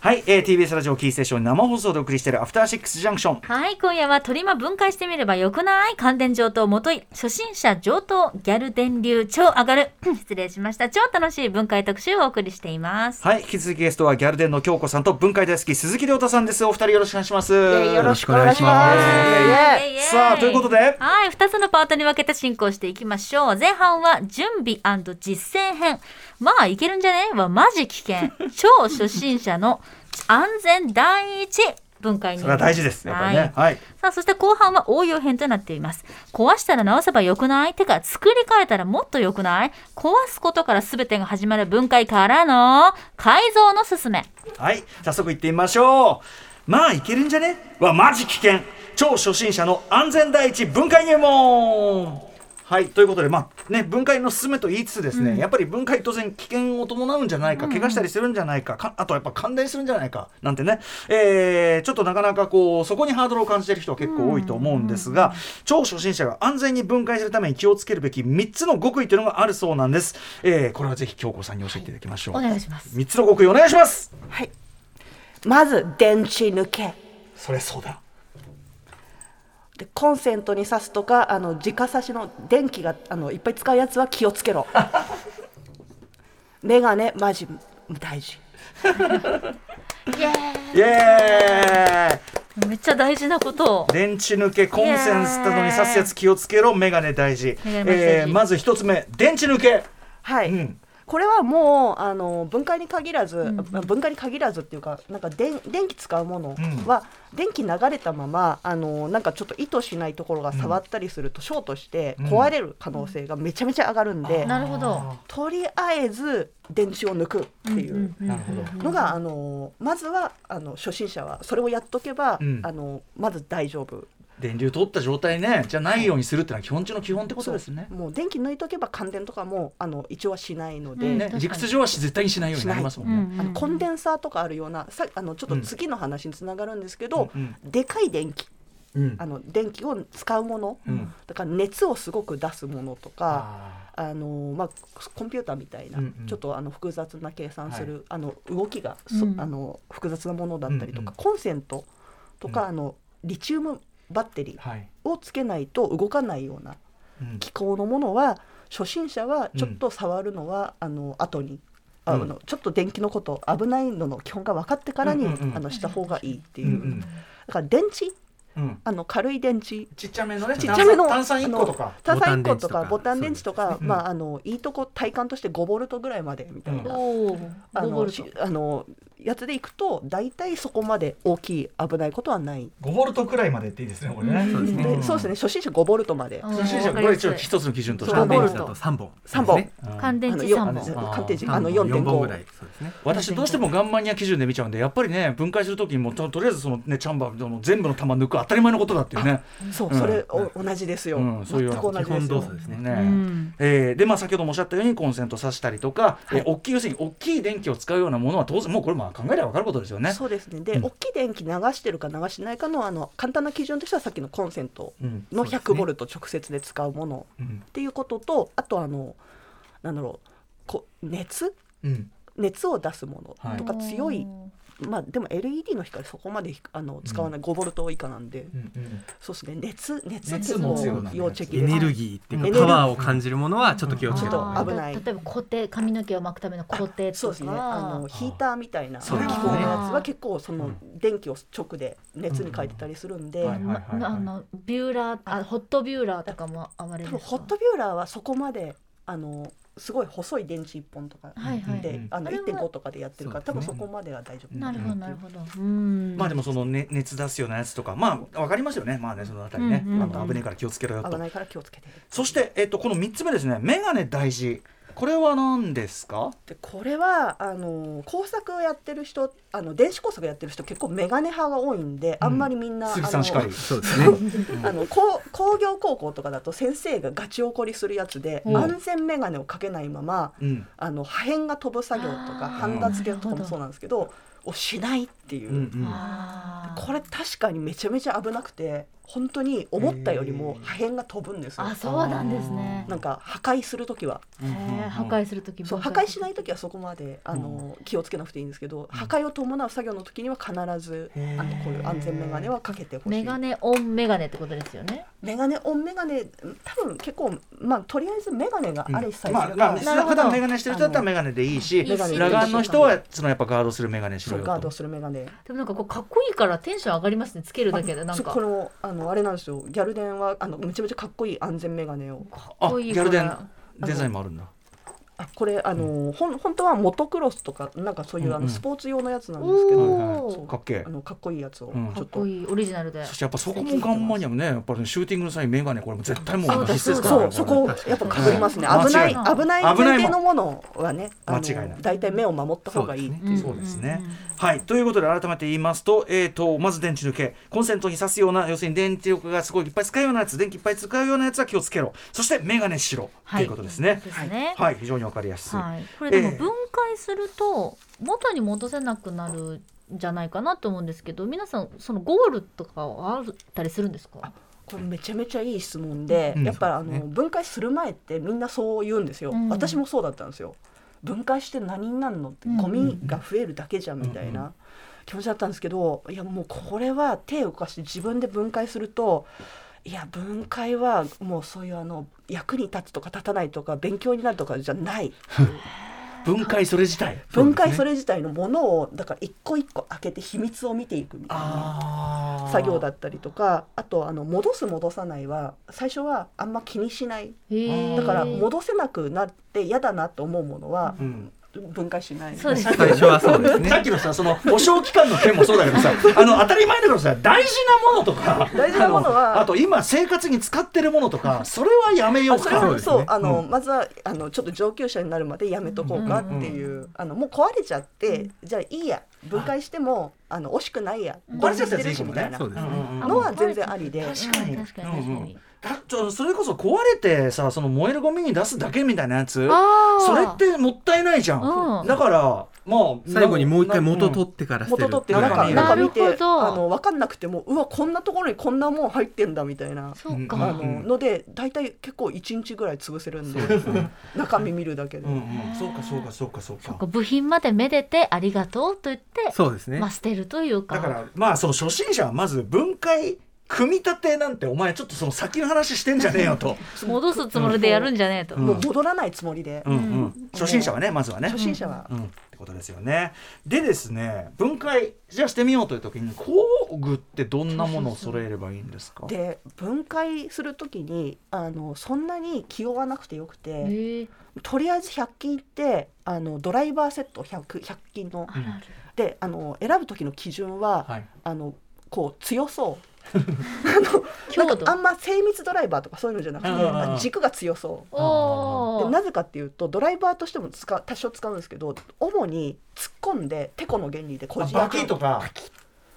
Speaker 2: はい、えー、TBS ラジオキーステーションに生放送でお送りしているアフターシックスジャンクション
Speaker 3: はい今夜は取りま分解してみればよくない乾電上等もとい初心者上等ギャル電流超上がる失礼しました超楽しい分解特集をお送りしています
Speaker 2: はい引き続きゲストはギャルデンの京子さんと文化大好き鈴木亮太さんですお二人よろしくお願いします
Speaker 5: す。よろしくお願いしま
Speaker 4: よろしくお
Speaker 5: す。イエーイ
Speaker 3: イエイイエイ
Speaker 2: さあということで
Speaker 3: はい2つのパートに分けて進行していきましょう前半は準備実践編まあいけるんじゃねはマジ危険超初心者の安全第一分解に
Speaker 2: それは大事ですやっぱり
Speaker 3: はい
Speaker 2: ねはい
Speaker 3: さあそして後半は応用編となっています壊したら直せばよくないてか作り変えたらもっとよくない壊すことから全てが始まる分解からの改造のすすめ
Speaker 2: はい、早速行ってみましょう。まあ、いけるんじゃねはマジ危険。超初心者の安全第一分解入門はいということで、まあね、分解の進めと言いつつですね、やっぱり分解当然危険を伴うんじゃないか、怪我したりするんじゃないかかあとはやっぱ感電するんじゃないかなんてね、えーちょっとなかなかこうそこにハードルを感じている人は結構多いと思うんですが、超初心者が安全に分解するために気をつけるべき3つの極意というのがあるそうなんです、えーこれはぜひ京子さんに教えていただきましょう、
Speaker 3: お願いします
Speaker 2: 3つの極意お願いします
Speaker 5: はい。まず電池抜け。
Speaker 2: そりゃそうだ
Speaker 5: でコンセントに挿すとかあの直挿しの電気があのいっぱい使うやつは気をつけろメガネマジ大事
Speaker 2: イエー
Speaker 3: めっちゃ大事なことを
Speaker 2: イ電池抜けコンセントに挿すやつ気をつけろメガネ大事
Speaker 3: メガネ大事
Speaker 2: えーまず一つ目電池抜け
Speaker 5: はい、
Speaker 2: うん
Speaker 5: これはもうあの分解に限らず、まあ分解に限らずっていうかなんか電電気使うものは、電気流れたままあのなんかちょっと意図しないところが触ったりすると、ショートして壊れる可能性がめちゃめちゃ上がるんで、
Speaker 3: なるほど
Speaker 5: とりあえず電池を抜くっていう。
Speaker 2: なるほど
Speaker 5: のが、あのまずはあの初心者はそれをやっとけば、
Speaker 2: うん
Speaker 5: あのまず大丈夫
Speaker 2: 電流通った状態ねじゃないようにするってのは基本中の基本ってことですね
Speaker 5: そうもう電気抜いとけば乾電とかもあの一応はしないので、
Speaker 3: うん
Speaker 2: ね
Speaker 3: 確かに
Speaker 2: 理屈上は絶対にしないようになりますもんね
Speaker 5: あのコンデンサーとかあるようなさあのちょっと次の話につながるんですけど、
Speaker 2: うん
Speaker 5: でかい電気
Speaker 2: うん
Speaker 5: あの電気を使うもの、
Speaker 2: うん
Speaker 5: だから熱をすごく出すものとか。
Speaker 2: あ
Speaker 5: あのまあ、コンピューターみたいな、
Speaker 2: うんうん
Speaker 5: ちょっとあの複雑な計算する、あの動きがそ、
Speaker 3: うん
Speaker 5: あの複雑なものだったりと
Speaker 2: う
Speaker 5: か、
Speaker 2: んうん
Speaker 5: コンセントとか、
Speaker 2: うん
Speaker 5: あのリチウムバッテリ
Speaker 2: ー
Speaker 5: ー
Speaker 2: はい
Speaker 5: をつけないと動かないような
Speaker 2: うん
Speaker 5: 機構のものは初心者はちょっと触るのは、あの後に。あ
Speaker 2: うん
Speaker 5: あのちょっと電気のこと危ないのの基本が分かってからに、
Speaker 2: うんうんうん
Speaker 5: あのした方がいいっていうう、
Speaker 2: ん
Speaker 5: だから電池
Speaker 2: うんうん
Speaker 5: あの軽い電池
Speaker 2: ちっちゃめのね
Speaker 5: ちっちゃめの
Speaker 2: 炭酸一個とか
Speaker 5: 炭酸1個とかボ
Speaker 4: ボ
Speaker 5: タ
Speaker 4: タ
Speaker 5: ン
Speaker 4: ン
Speaker 5: 電
Speaker 4: 電
Speaker 5: 池
Speaker 4: 池
Speaker 5: と
Speaker 4: と
Speaker 5: か
Speaker 4: か
Speaker 5: まああのいいとこ体感として5ボルトぐらいまでみたいな、
Speaker 3: おお
Speaker 5: あ
Speaker 3: 5ボ
Speaker 5: の
Speaker 3: ルト
Speaker 5: しあのやつでいくと大体そこまで大きい危ないことはない、
Speaker 2: 5ボルトくらいまでっていいですねこれね
Speaker 4: そうですね
Speaker 5: でそうですね初心者5ボルトまで
Speaker 2: 初心者これ一応一つの基準として
Speaker 5: そう
Speaker 4: 乾電
Speaker 5: ボル
Speaker 4: 池だと3本
Speaker 5: 3本、
Speaker 4: ですね
Speaker 2: うん
Speaker 3: 乾電
Speaker 5: あの
Speaker 3: 池
Speaker 5: よ
Speaker 3: 3
Speaker 5: あの
Speaker 3: 本
Speaker 5: 鑑定時
Speaker 4: 3
Speaker 5: あの
Speaker 4: 四本ぐ
Speaker 5: 4.5
Speaker 4: らいそうですね
Speaker 2: 私どうしてもガンマニア基準で見ちゃうんでやっぱりね分解する時にもととりあえずその、ね、チャンバーの全部の玉抜く当たり前のことだっていうね、
Speaker 5: そう、
Speaker 2: うん
Speaker 5: それお同じですよ、
Speaker 2: うん、そういうよう
Speaker 5: 全
Speaker 2: な
Speaker 5: く同
Speaker 4: 基本
Speaker 5: じです
Speaker 4: 動
Speaker 5: よ
Speaker 4: 作ですね
Speaker 2: ね。
Speaker 3: うん
Speaker 2: えーでまあ、先ほどもおっしゃったようにコンセント挿したりとか、えー大きい要するに大きい電気を使うようなものは当然もうこれまあ考えれば分かることですよね。
Speaker 5: そうですねで、
Speaker 2: うん
Speaker 5: 大きい電気流してるか流してないかのあの簡単な基準としてはさっきのコンセント
Speaker 2: うん
Speaker 4: そうですね
Speaker 5: の100ボルト直接で使うもの
Speaker 2: うん
Speaker 5: っていうこととあとあのなんだろうこ熱
Speaker 2: うん
Speaker 5: 熱を出すものとか
Speaker 3: うん
Speaker 5: 強い、まあでも LED の光そこまでひあの使わない5ボルト以下なんで、
Speaker 2: うんうん
Speaker 5: そうですね熱熱って
Speaker 2: 熱
Speaker 5: いう
Speaker 2: も
Speaker 5: の
Speaker 2: 強い
Speaker 5: を
Speaker 2: もんね
Speaker 5: 要チェック
Speaker 4: エ
Speaker 5: です
Speaker 4: ネルギーって
Speaker 5: エ
Speaker 4: い
Speaker 5: ネ
Speaker 4: う
Speaker 5: ルギ
Speaker 4: か
Speaker 5: ー
Speaker 4: パワーを感じるものはちょっと気をつ
Speaker 3: ち
Speaker 4: け
Speaker 3: ょった
Speaker 4: 方が
Speaker 5: あー
Speaker 3: と
Speaker 5: 危ない
Speaker 3: 例えば固定髪の毛を巻くための固定
Speaker 5: そう
Speaker 3: と
Speaker 5: ですねあ
Speaker 3: か
Speaker 5: のヒーターみたいな機
Speaker 4: そ
Speaker 5: 構
Speaker 4: う
Speaker 5: の
Speaker 4: ですね
Speaker 5: やつは結構その電気を直で熱に変えてたりするんで、
Speaker 2: うんはい
Speaker 3: まあのビューラーあホットビューラーとかもあわれ
Speaker 5: 多
Speaker 3: るん
Speaker 5: 分
Speaker 3: ですか
Speaker 5: ホットビューラーはそこまであのすごい細い電池1本とか
Speaker 3: はいはい
Speaker 5: で、あの
Speaker 3: あれは
Speaker 5: 1.5とかでやってるから、
Speaker 4: そ
Speaker 5: 多
Speaker 4: うで
Speaker 5: 分
Speaker 4: す
Speaker 5: そ
Speaker 4: ね
Speaker 5: こまでは大丈夫
Speaker 3: なるほどなるほどうん
Speaker 2: まあでもその、ね、熱出すようなやつとかまあわかりますよねまあねそのあたりね、
Speaker 3: うんうんうん
Speaker 2: あの危ねえから気をつけろよと
Speaker 5: 危ないから気をつけて
Speaker 2: そして、えっと、この3つ目ですね眼鏡大事これは何ですか
Speaker 5: でこれはあの工作をやってる人あの電子工作やってる人結構メガネ派が多いんで、あんまりみんなあ
Speaker 2: 杉
Speaker 5: の
Speaker 2: さんしかり
Speaker 4: そうですね
Speaker 5: あの工工業高校とかだと先生がガチ怒りするやつで、
Speaker 3: うん
Speaker 5: 安全メガネをかけないまま
Speaker 2: うん
Speaker 5: あの破片が飛ぶ作業と
Speaker 3: あ
Speaker 5: か
Speaker 3: ー
Speaker 5: ハンダ付けとか
Speaker 3: なるほ
Speaker 5: も
Speaker 3: ど
Speaker 5: そうなんですけどをしないっていうう、
Speaker 2: んうん
Speaker 3: あー
Speaker 5: これ確かにめちゃめちゃ危なくて本当に思ったよりも破片が飛ぶんですよ
Speaker 3: あ。そうなんですね
Speaker 5: なんか破壊する時は
Speaker 2: うん
Speaker 3: へー破壊する時
Speaker 5: そう破壊しない時はそこまであの、気をつけなくていいんですけど破壊を伴う作業の時には必ずあ
Speaker 2: へー
Speaker 5: のこういう安全メガネはかけてほし
Speaker 3: メ
Speaker 5: い
Speaker 3: ガネオンメガネってことですよね
Speaker 5: メガネオンメガネ多分結構まあとりあえずメガネがあれさえ
Speaker 2: まあ、まあ、
Speaker 3: なるほど
Speaker 2: 普段メガネしてる人だったらメガネでいいし
Speaker 3: メガネ
Speaker 2: 裸眼の人はそのやっぱガードするメガネし
Speaker 5: そ
Speaker 2: ろ
Speaker 5: う
Speaker 2: よ
Speaker 5: ガード
Speaker 2: と。
Speaker 5: するメガネ
Speaker 3: でもなんかこうかっこいいからテンション上がりますねつけるだけでなん
Speaker 5: そう
Speaker 3: か
Speaker 5: このあのあれなんですよギャルデンはあのめちゃめちゃかっこいい安全メガネを
Speaker 3: か
Speaker 2: あ
Speaker 3: っこい
Speaker 2: ギ
Speaker 3: い
Speaker 2: ャ
Speaker 3: か
Speaker 2: ルデ
Speaker 3: ら
Speaker 2: ンデザインもあるんだ。
Speaker 5: あこれあの、ほん本当はモトクロスとかなんかそういう、あ
Speaker 2: うんうん
Speaker 5: のスポーツ用のやつなんですけど、
Speaker 3: お
Speaker 5: そ
Speaker 3: ー
Speaker 5: う
Speaker 2: かっけえ
Speaker 5: あ。のかっこいいやつを、
Speaker 2: うん
Speaker 5: ち
Speaker 3: か
Speaker 5: ょ
Speaker 3: っ
Speaker 5: っと
Speaker 3: こいいオリジナルで
Speaker 2: そしてやっぱそこもガンマニアムねやっぱりねシューティングの際にメガネこれも絶対もう必須ですから
Speaker 5: そう
Speaker 2: ね
Speaker 5: そ
Speaker 2: これ
Speaker 5: こ
Speaker 2: ね
Speaker 5: をやっぱかぶりますね
Speaker 2: うん
Speaker 5: 危な
Speaker 3: 間違
Speaker 5: い
Speaker 3: いない
Speaker 5: 危ない前提のものはねあの
Speaker 2: 間違いない
Speaker 5: 大体目を守った方がいい、
Speaker 4: そうです
Speaker 3: うん
Speaker 2: そうですね。はいということで改めて言いますと,、えー、とまず電池抜けコンセントに挿すような要するに電池力がすごいいっぱい使うようなやつ電気いっぱい使うようなやつは気をつけろそしてメガネしろ、
Speaker 3: は
Speaker 2: とい
Speaker 3: い
Speaker 2: うことですね。
Speaker 3: ですね
Speaker 2: はい、非常にわかりやすい。
Speaker 3: はい、これでも
Speaker 2: ええ
Speaker 3: 分解すると元に戻せなくなるんじゃないかなと思うんですけど皆さんそのゴールとかはあったりするんですか
Speaker 5: これめちゃめちゃいい質問で、
Speaker 2: うん
Speaker 5: やっぱあの、
Speaker 2: そうです
Speaker 5: 分解する前ってみんなそう言うんですよ、
Speaker 3: うん
Speaker 5: 私もそうだったんですよ分解して何になるのって
Speaker 3: うん
Speaker 5: ゴミが増えるだけじゃんみたいな気持ちだったんですけどいやもうこれは手を動かして自分で分解するといや分解はもうそういうあの役に立つとか立たないとか勉強になるとかじゃない
Speaker 2: 分解それ自体。
Speaker 5: 分解それ自体のものをだから一個一個開けて秘密を見ていくみたいな。
Speaker 2: あー
Speaker 5: 作業だったりとかあとあの戻す戻さないは最初はあんま気にしない
Speaker 3: へえ
Speaker 5: だから戻せなくなって嫌だなと思うものは
Speaker 2: うん
Speaker 5: 分解しない、
Speaker 3: そうです
Speaker 4: 最初はそうですね
Speaker 2: さっきのさその保証期間の件もそうだけど さあの当たり前だけどさ大事なものとか
Speaker 5: 大事なものは
Speaker 2: ああと今生活に使ってるものとかそれはやめよう
Speaker 5: あそれは
Speaker 2: か
Speaker 5: そ,、
Speaker 4: そううですね
Speaker 5: あの、まずはあのちょっと上級者になるまでやめとこうかっていう、あのもう壊れちゃって、じゃあいいや分解してもあの惜しくないや
Speaker 3: ん
Speaker 5: これしてるしみ
Speaker 2: 壊れちゃ
Speaker 5: たい
Speaker 2: った
Speaker 5: な
Speaker 4: そうですね
Speaker 2: うんうんうん
Speaker 5: のは全然ありで
Speaker 2: 確かに
Speaker 3: うん確かに確
Speaker 2: う
Speaker 3: か
Speaker 2: んう
Speaker 3: に
Speaker 2: んだちょそれこそ壊れてさその燃えるゴミに出すだけみたいなやつ
Speaker 3: あー
Speaker 2: それってもったいないじゃん、
Speaker 3: うん
Speaker 2: だからまあ
Speaker 4: 最後にもう一回元
Speaker 2: っ
Speaker 4: 取ってから捨て
Speaker 5: 元
Speaker 4: る
Speaker 5: 取って
Speaker 2: な
Speaker 5: 中
Speaker 2: る
Speaker 5: 中見
Speaker 3: な
Speaker 5: て
Speaker 3: るほど
Speaker 5: あの分かんなくてもうわこんなところにこんなもん入ってんだみたいな。
Speaker 3: そう
Speaker 5: あ
Speaker 3: か、
Speaker 5: の
Speaker 2: うん
Speaker 5: ので大体結構1日ぐらい潰せるんで中身見るだけで、
Speaker 2: うんうんそうかそうかそうかそうか
Speaker 3: そっか部品までめでてありがとうと言って、
Speaker 4: そうですね
Speaker 3: まあ、捨てるというか
Speaker 2: だからまあその初心者はまず分解組み立てなんてお前ちょっとその先の話してんじゃねえよと、
Speaker 3: 戻すつもりでやるんじゃねえと、
Speaker 2: ん
Speaker 5: もう戻らないつもりで、
Speaker 2: うんうん、初心者はねまずはね
Speaker 5: 初心者は
Speaker 2: うん、ってことですよね。でですね分解じゃあしてみようという時に工具ってどんなものを揃えればいいんですか
Speaker 5: で分解するときにあのそんなに気負わなくてよくて
Speaker 3: へえ
Speaker 5: とりあえず100均行ってあのドライバーセット 100, 100均の
Speaker 3: あるある
Speaker 5: であの選ぶ時の基準は、
Speaker 2: はい
Speaker 5: あのこう 強そう
Speaker 3: 強
Speaker 5: なん
Speaker 3: 度
Speaker 5: かあんま精密ドライバーとかそういうのじゃなくて
Speaker 2: うんうんうん
Speaker 5: あの軸が強そう。
Speaker 3: お
Speaker 5: で
Speaker 3: ー
Speaker 5: なぜかっていうとドライバーとしても使う多少使うんですけど主に突っ込んでテコの原理でこ
Speaker 2: あ
Speaker 5: じ
Speaker 2: バ
Speaker 5: 開
Speaker 2: キ
Speaker 5: け
Speaker 2: ッと
Speaker 5: る
Speaker 2: か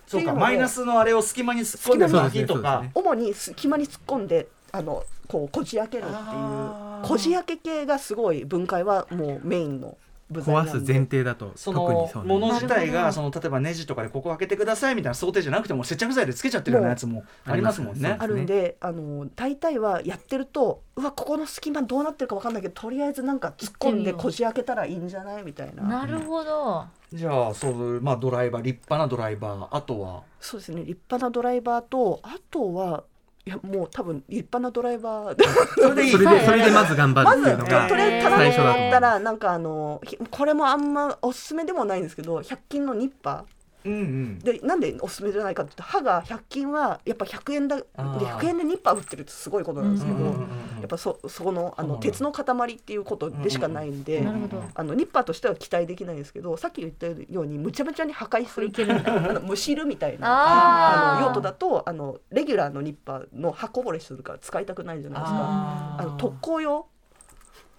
Speaker 2: そう
Speaker 5: ってい
Speaker 2: か
Speaker 5: うのを
Speaker 2: マイナスのあれを隙間に突っ込んで
Speaker 5: 隙間
Speaker 2: バ
Speaker 4: に
Speaker 2: キッとか、
Speaker 5: 主に隙間に突っ込んであのこうこじ開けるっていう
Speaker 2: あー
Speaker 5: こじ開け系がすごい分解はもうメインの部材なん
Speaker 4: 壊
Speaker 5: です
Speaker 4: 前提だと
Speaker 2: そ
Speaker 4: 特に
Speaker 2: の
Speaker 4: そう
Speaker 2: も
Speaker 4: なん
Speaker 2: の
Speaker 4: です
Speaker 2: 自体
Speaker 3: なるほ
Speaker 2: が
Speaker 3: ど
Speaker 2: その例えばネジとかでここ開けてくださいみたいな想定じゃなくても接着剤でつけちゃってるようなやつもありますもんね
Speaker 5: あ。るんで、あの大体はやってるとうわここの隙間どうなってるかわかんないけどとりあえずなんか突っ込んでこじ開けたらいいんじゃないみたいな
Speaker 3: なるほど。
Speaker 2: じゃあそうまあドライバー立派なドライバーあとは
Speaker 5: そうですね立派なドライバーとあとはいやもう多分立派なドライバー
Speaker 2: それでいい
Speaker 4: それ
Speaker 3: はい
Speaker 4: でそれでまず頑張
Speaker 5: ま
Speaker 4: るっ
Speaker 5: ず
Speaker 4: てい
Speaker 5: え
Speaker 4: うの
Speaker 5: ー
Speaker 4: が
Speaker 5: とりあえず棚
Speaker 4: 最
Speaker 5: に
Speaker 4: 初だ
Speaker 5: だ
Speaker 4: と
Speaker 5: ったらなんかあのひこれもあんまおすすめでもないんですけど100均のニッパ
Speaker 2: うんうん
Speaker 5: ーでなんでおすすめじゃないかって言うと歯が100均はやっぱ100円だで
Speaker 2: あー
Speaker 5: 100円でニッパー売ってるってすごいことなんですけど、
Speaker 3: うんうん
Speaker 2: うんうん
Speaker 5: やっぱそそこのあ
Speaker 2: そう
Speaker 5: の
Speaker 2: なんだ
Speaker 5: 鉄の塊っていうことでしかないんで。
Speaker 3: なるほど。
Speaker 5: あのニッパーとしては期待できないんですけどさっき言ったようにむちゃむちゃに破壊する
Speaker 3: いけるんだ
Speaker 5: あのむしるみたいな
Speaker 3: あ
Speaker 5: あ
Speaker 3: あ。
Speaker 5: の用途だとあのレギュラーのニッパーの刃こぼれするから使いたたくないじゃないですか
Speaker 2: あー
Speaker 5: あの特攻用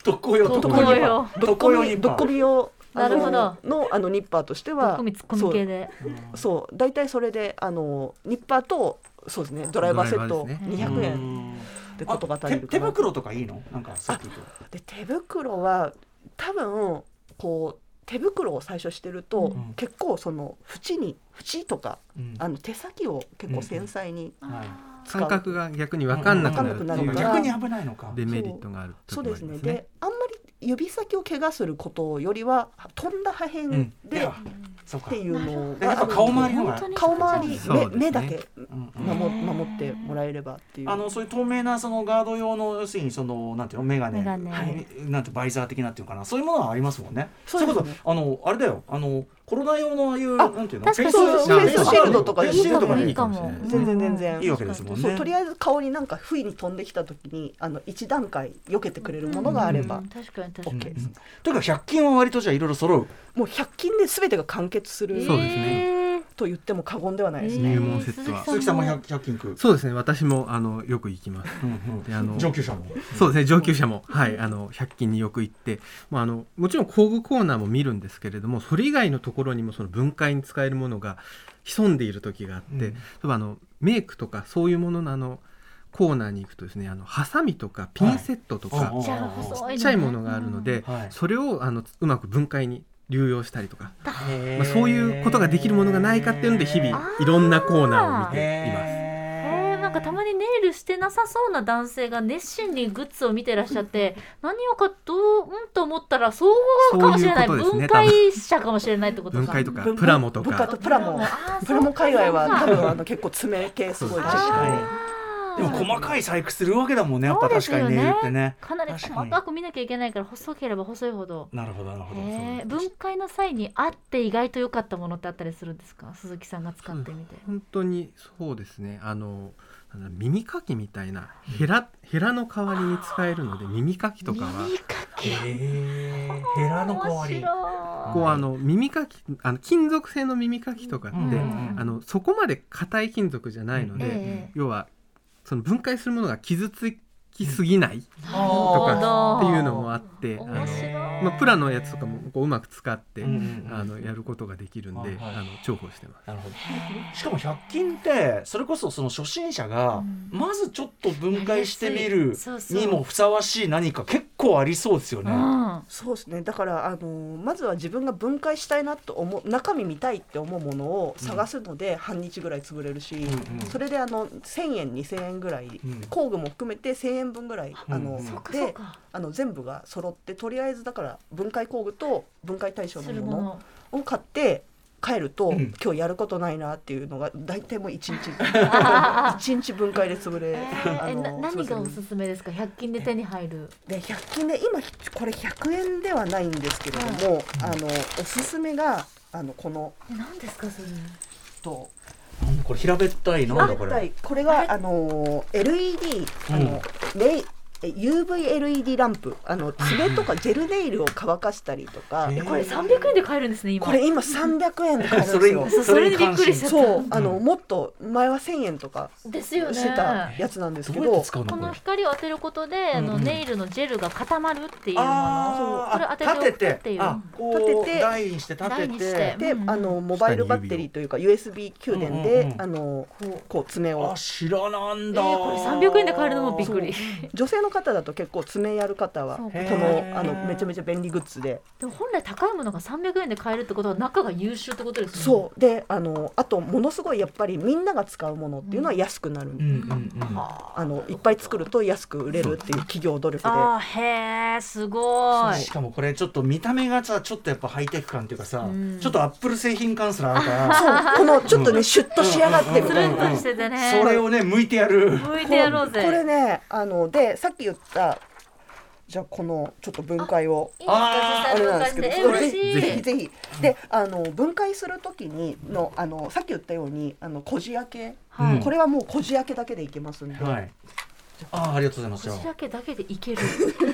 Speaker 2: 特攻用特
Speaker 3: 特攻
Speaker 2: 攻用
Speaker 3: 用
Speaker 5: ぶっ
Speaker 2: 特攻用
Speaker 5: こみ
Speaker 2: に
Speaker 5: ぶっこみ用あの
Speaker 3: なる
Speaker 5: のあのニッパーとして
Speaker 3: ツッ
Speaker 5: は
Speaker 3: コミツッコミ系で。
Speaker 5: そうそう大体それであのニッパーとそうですねドライバーセット
Speaker 4: ドライバー
Speaker 3: ですね
Speaker 5: 200円ってことが
Speaker 2: あ
Speaker 5: 足
Speaker 2: 手
Speaker 5: りるか
Speaker 2: 手
Speaker 5: な
Speaker 2: 袋とかいいのなんかさっきと
Speaker 5: で手袋は多分こう手袋を最初してると、
Speaker 2: うん
Speaker 5: 結構その縁に縁とか
Speaker 2: うん
Speaker 5: あの手先を結構繊細に、
Speaker 2: はい
Speaker 5: 使う
Speaker 4: 感覚が逆に分かんなくなるって
Speaker 5: うん
Speaker 4: いう
Speaker 5: 分かんなくなるから
Speaker 2: 逆に危ないのか
Speaker 4: デメリットがあるって
Speaker 5: そう
Speaker 4: こと
Speaker 5: で
Speaker 4: もあります
Speaker 5: すね
Speaker 4: ね
Speaker 5: であんまり指先を怪我することよりは飛んだ破片
Speaker 2: うんい
Speaker 5: で、
Speaker 2: や
Speaker 5: っ
Speaker 2: そうか
Speaker 5: ていうの
Speaker 2: やっぱ
Speaker 5: が
Speaker 2: 顔周りの方
Speaker 3: 本当
Speaker 2: が
Speaker 3: に
Speaker 5: 顔周り
Speaker 4: そうです
Speaker 5: 目,、
Speaker 4: ね
Speaker 5: 目だけ
Speaker 2: うんうん
Speaker 5: 守守ってもらえればっていう
Speaker 2: あのそういう透明なそのガード用の要するにそのなんていうのメガネ
Speaker 3: メガネ
Speaker 2: はいなんてバイザー的なっていうのかなそういうものはありますもんね。
Speaker 5: そ
Speaker 2: そうう
Speaker 5: で
Speaker 2: い
Speaker 5: す
Speaker 2: う
Speaker 5: ね
Speaker 2: ことあのあれだよあのコロナ用のああいう
Speaker 5: あ
Speaker 2: なんていうの
Speaker 3: 確かに
Speaker 5: そう
Speaker 2: フ
Speaker 5: フ
Speaker 2: ェ
Speaker 5: ェ
Speaker 2: イ
Speaker 5: イ
Speaker 2: ス
Speaker 5: ス
Speaker 2: シ
Speaker 5: シ
Speaker 2: ー
Speaker 5: ー
Speaker 2: ルド
Speaker 5: ル
Speaker 2: と
Speaker 5: ドと
Speaker 2: か
Speaker 5: か
Speaker 2: ね
Speaker 5: い
Speaker 2: フェイス
Speaker 5: い
Speaker 2: シールドとか
Speaker 3: い
Speaker 2: ね
Speaker 3: いかも。
Speaker 5: 全然全然
Speaker 2: いいわけですもん
Speaker 5: そう
Speaker 2: ね
Speaker 5: と。りあえず顔になんか不意に飛んできた時にあの一段階避けてくれるものがあれば、
Speaker 3: うん確かに確か
Speaker 5: オ
Speaker 3: に
Speaker 5: ッケーです、
Speaker 2: というか百均は割とじゃあいろいろ揃う。
Speaker 5: もう100均で全てが完結する
Speaker 4: そうです
Speaker 3: え
Speaker 4: ね
Speaker 3: ー
Speaker 5: と言っても過言ではないですね、
Speaker 4: 入門セットは
Speaker 2: 鈴木さんも
Speaker 3: えー
Speaker 2: 百百均行く。
Speaker 4: そうですね私もあのよく行きます
Speaker 2: うん
Speaker 4: であ
Speaker 2: う
Speaker 4: の
Speaker 2: ん上級者も。
Speaker 4: そうですね上級者も、はい、あの100均によく行って、まあ、あのもちろん工具コーナーも見るんですけれどもそれ以外のところにもその分解に使えるものが潜んでいる時があって、
Speaker 2: うん
Speaker 4: 例えばあのメイクとかそういうもののあのコーナーに行くとですねあのハサミとかピンセットとか、
Speaker 2: はい
Speaker 3: じゃあ細いのね
Speaker 4: ちっちゃいものがあるので、
Speaker 2: はい
Speaker 4: それをあのうまく分解に流用したりとか、
Speaker 2: へー
Speaker 4: まあ、そういうことができるものがないかっていうので日々いろんなコーナーを見ています。
Speaker 3: え
Speaker 2: へ
Speaker 3: ー、なんかたまにネイルしてなさそうな男性が熱心にグッズを見てらっしゃって何をかどううんと思ったらそうかもしれない
Speaker 4: そういうことです
Speaker 3: 分
Speaker 4: ね
Speaker 3: 解者かもしれないってことか
Speaker 4: 分解とか
Speaker 5: 文化
Speaker 4: プラモと
Speaker 5: 文化
Speaker 4: か
Speaker 5: とプラモ
Speaker 3: あー
Speaker 5: プラモ界隈は多
Speaker 3: そう
Speaker 5: 分あの結構爪系すごい知識
Speaker 2: 確か
Speaker 5: が
Speaker 2: に。でも細かい細工するわけだもんねやっぱ確か
Speaker 3: そう
Speaker 2: に
Speaker 3: ですよ
Speaker 2: ネ
Speaker 3: ね
Speaker 2: イルってね。
Speaker 3: かなり
Speaker 2: 確
Speaker 3: 細
Speaker 2: かに
Speaker 3: かく見なきゃいけないから細ければ細いほど
Speaker 2: なるほどなるほど。
Speaker 3: えー
Speaker 2: そう
Speaker 3: 分解の際にあって意外と良かったものってあったりするんですか鈴木さんが使ってみて、
Speaker 4: 本当にそうですねあのあの耳かきみたいなヘラヘラの代わりに使えるので耳かきとかは
Speaker 3: 耳かき
Speaker 2: へーヘラの代わ
Speaker 3: 面白
Speaker 2: り
Speaker 3: い。
Speaker 4: こうあの耳かきあの金属製の耳かきとかって、
Speaker 2: うん
Speaker 3: うん
Speaker 4: あのそこまで硬い金属じゃないので、
Speaker 2: うんえ
Speaker 3: え
Speaker 4: 要はその分解するものが傷つきすぎないって
Speaker 2: と
Speaker 3: とかあー
Speaker 4: いうのもあってあ
Speaker 3: 面
Speaker 4: の、
Speaker 3: 白い
Speaker 4: まあ、プラのやつとかもこううまく使って、
Speaker 2: うん
Speaker 4: あのやることができるんで、
Speaker 2: はいはい
Speaker 4: あの重宝してます。
Speaker 2: なるほどしかも100均ってそれこそその初心者が
Speaker 3: うん
Speaker 2: まずちょっと分解してみ
Speaker 3: やり
Speaker 2: る
Speaker 3: やすいそうそう
Speaker 2: にもふさわしい何か結構ありそうですよね。
Speaker 3: うん
Speaker 5: そうですねだから、あのーまずは自分が分解したいなと思う中身見たいって思うものを探すので半日ぐらい潰れるし、
Speaker 2: んうん
Speaker 5: それであの1,000円2,000円ぐらい、
Speaker 2: ん
Speaker 5: 工具も含めて1,000円分ぐらい、
Speaker 2: うん
Speaker 5: あの
Speaker 2: そ
Speaker 3: っかそっ
Speaker 5: で
Speaker 3: か
Speaker 5: あの全部が揃ってとりあえずだから分解工具と分解対象
Speaker 3: す
Speaker 5: の
Speaker 3: る
Speaker 5: も
Speaker 3: も
Speaker 5: の
Speaker 3: の
Speaker 5: を買って帰ると、
Speaker 2: うん
Speaker 5: 今日やることないなっていうのが大体もう1日
Speaker 3: あ
Speaker 5: 一日分解で潰れ、
Speaker 3: えーえ
Speaker 5: の
Speaker 3: な何がお
Speaker 5: そうです
Speaker 3: すめですか100均で手に入る
Speaker 5: で100均で今これ100円ではないんですけれども、あのおすすめがあのこの
Speaker 3: え何ですかそれ
Speaker 5: と
Speaker 2: うんこれ平べったいなんだこ
Speaker 5: 一体
Speaker 2: れ。
Speaker 5: これがあの LED あの、レイ UVLED ランプあの爪とかジェルネイルを乾かしたりとか、
Speaker 2: えー
Speaker 3: これ300円で買えるんですね今
Speaker 5: これ今300円で買えるん
Speaker 2: それ
Speaker 5: です
Speaker 2: 今
Speaker 5: よ。
Speaker 3: そうそれにびっくりしちゃった
Speaker 5: そうあのもっと前は1000円とか
Speaker 3: ですよね
Speaker 5: してたやつなんですけ
Speaker 2: ど
Speaker 5: ど
Speaker 2: うやって使うの
Speaker 3: こ
Speaker 2: これ
Speaker 3: の。光を当てることで、あ
Speaker 2: うん
Speaker 3: の
Speaker 2: うん
Speaker 3: ネイルのジェルが固まるっていうもの
Speaker 2: あー
Speaker 3: これ当てておくっていう
Speaker 2: あこう
Speaker 5: 立てて
Speaker 2: 台にして立
Speaker 3: 台
Speaker 2: て
Speaker 3: に
Speaker 2: て
Speaker 3: して
Speaker 5: で
Speaker 3: うんうん
Speaker 5: あのモバイルバッテリーというか USB 給電で、
Speaker 2: うんうんうん
Speaker 5: あのこうこう爪を
Speaker 2: あ知らなんだ、
Speaker 3: えーこれ300円で買えるのもびっくり
Speaker 5: 女性の方だと結構爪やる方は
Speaker 3: そ
Speaker 5: こ
Speaker 3: うか
Speaker 5: のあのめちゃめちゃ便利グッズで
Speaker 3: でも本来高いものが300円で買えるってことは中が優秀ってことですよね
Speaker 5: そうであのあとものすごいやっぱりみんなが使うものっていうのは安くなる、
Speaker 2: うんうんうん
Speaker 5: あのいっぱい作ると安く売れるっていう企業努力で
Speaker 3: ああへえすごい
Speaker 2: しかもこれちょっと見た目がさちょっとやっぱハイテク感っていうかさ、
Speaker 3: うん
Speaker 2: ちょっとアップル製品感すらあるから
Speaker 5: そうこのちょっとねシュッと仕上がってる
Speaker 3: つるんとしててね
Speaker 2: それをね向いてやる
Speaker 3: 向いてやろうぜ
Speaker 5: これねあのでさっき言ったじゃあこのちょっと分解を
Speaker 3: いいんですか実
Speaker 5: あ
Speaker 3: 際
Speaker 5: れ
Speaker 3: 分
Speaker 5: なんで
Speaker 3: 解
Speaker 5: す
Speaker 3: してえ
Speaker 5: けどこれ
Speaker 3: 嬉しい
Speaker 5: ぜひぜひであの分解する時にのあのさっき言ったようにあのこじ開け、
Speaker 3: はい
Speaker 5: これはもうこじ開けだけでいけますんで、
Speaker 2: はいああありがとうございますじゃ
Speaker 3: 口だけだけでいける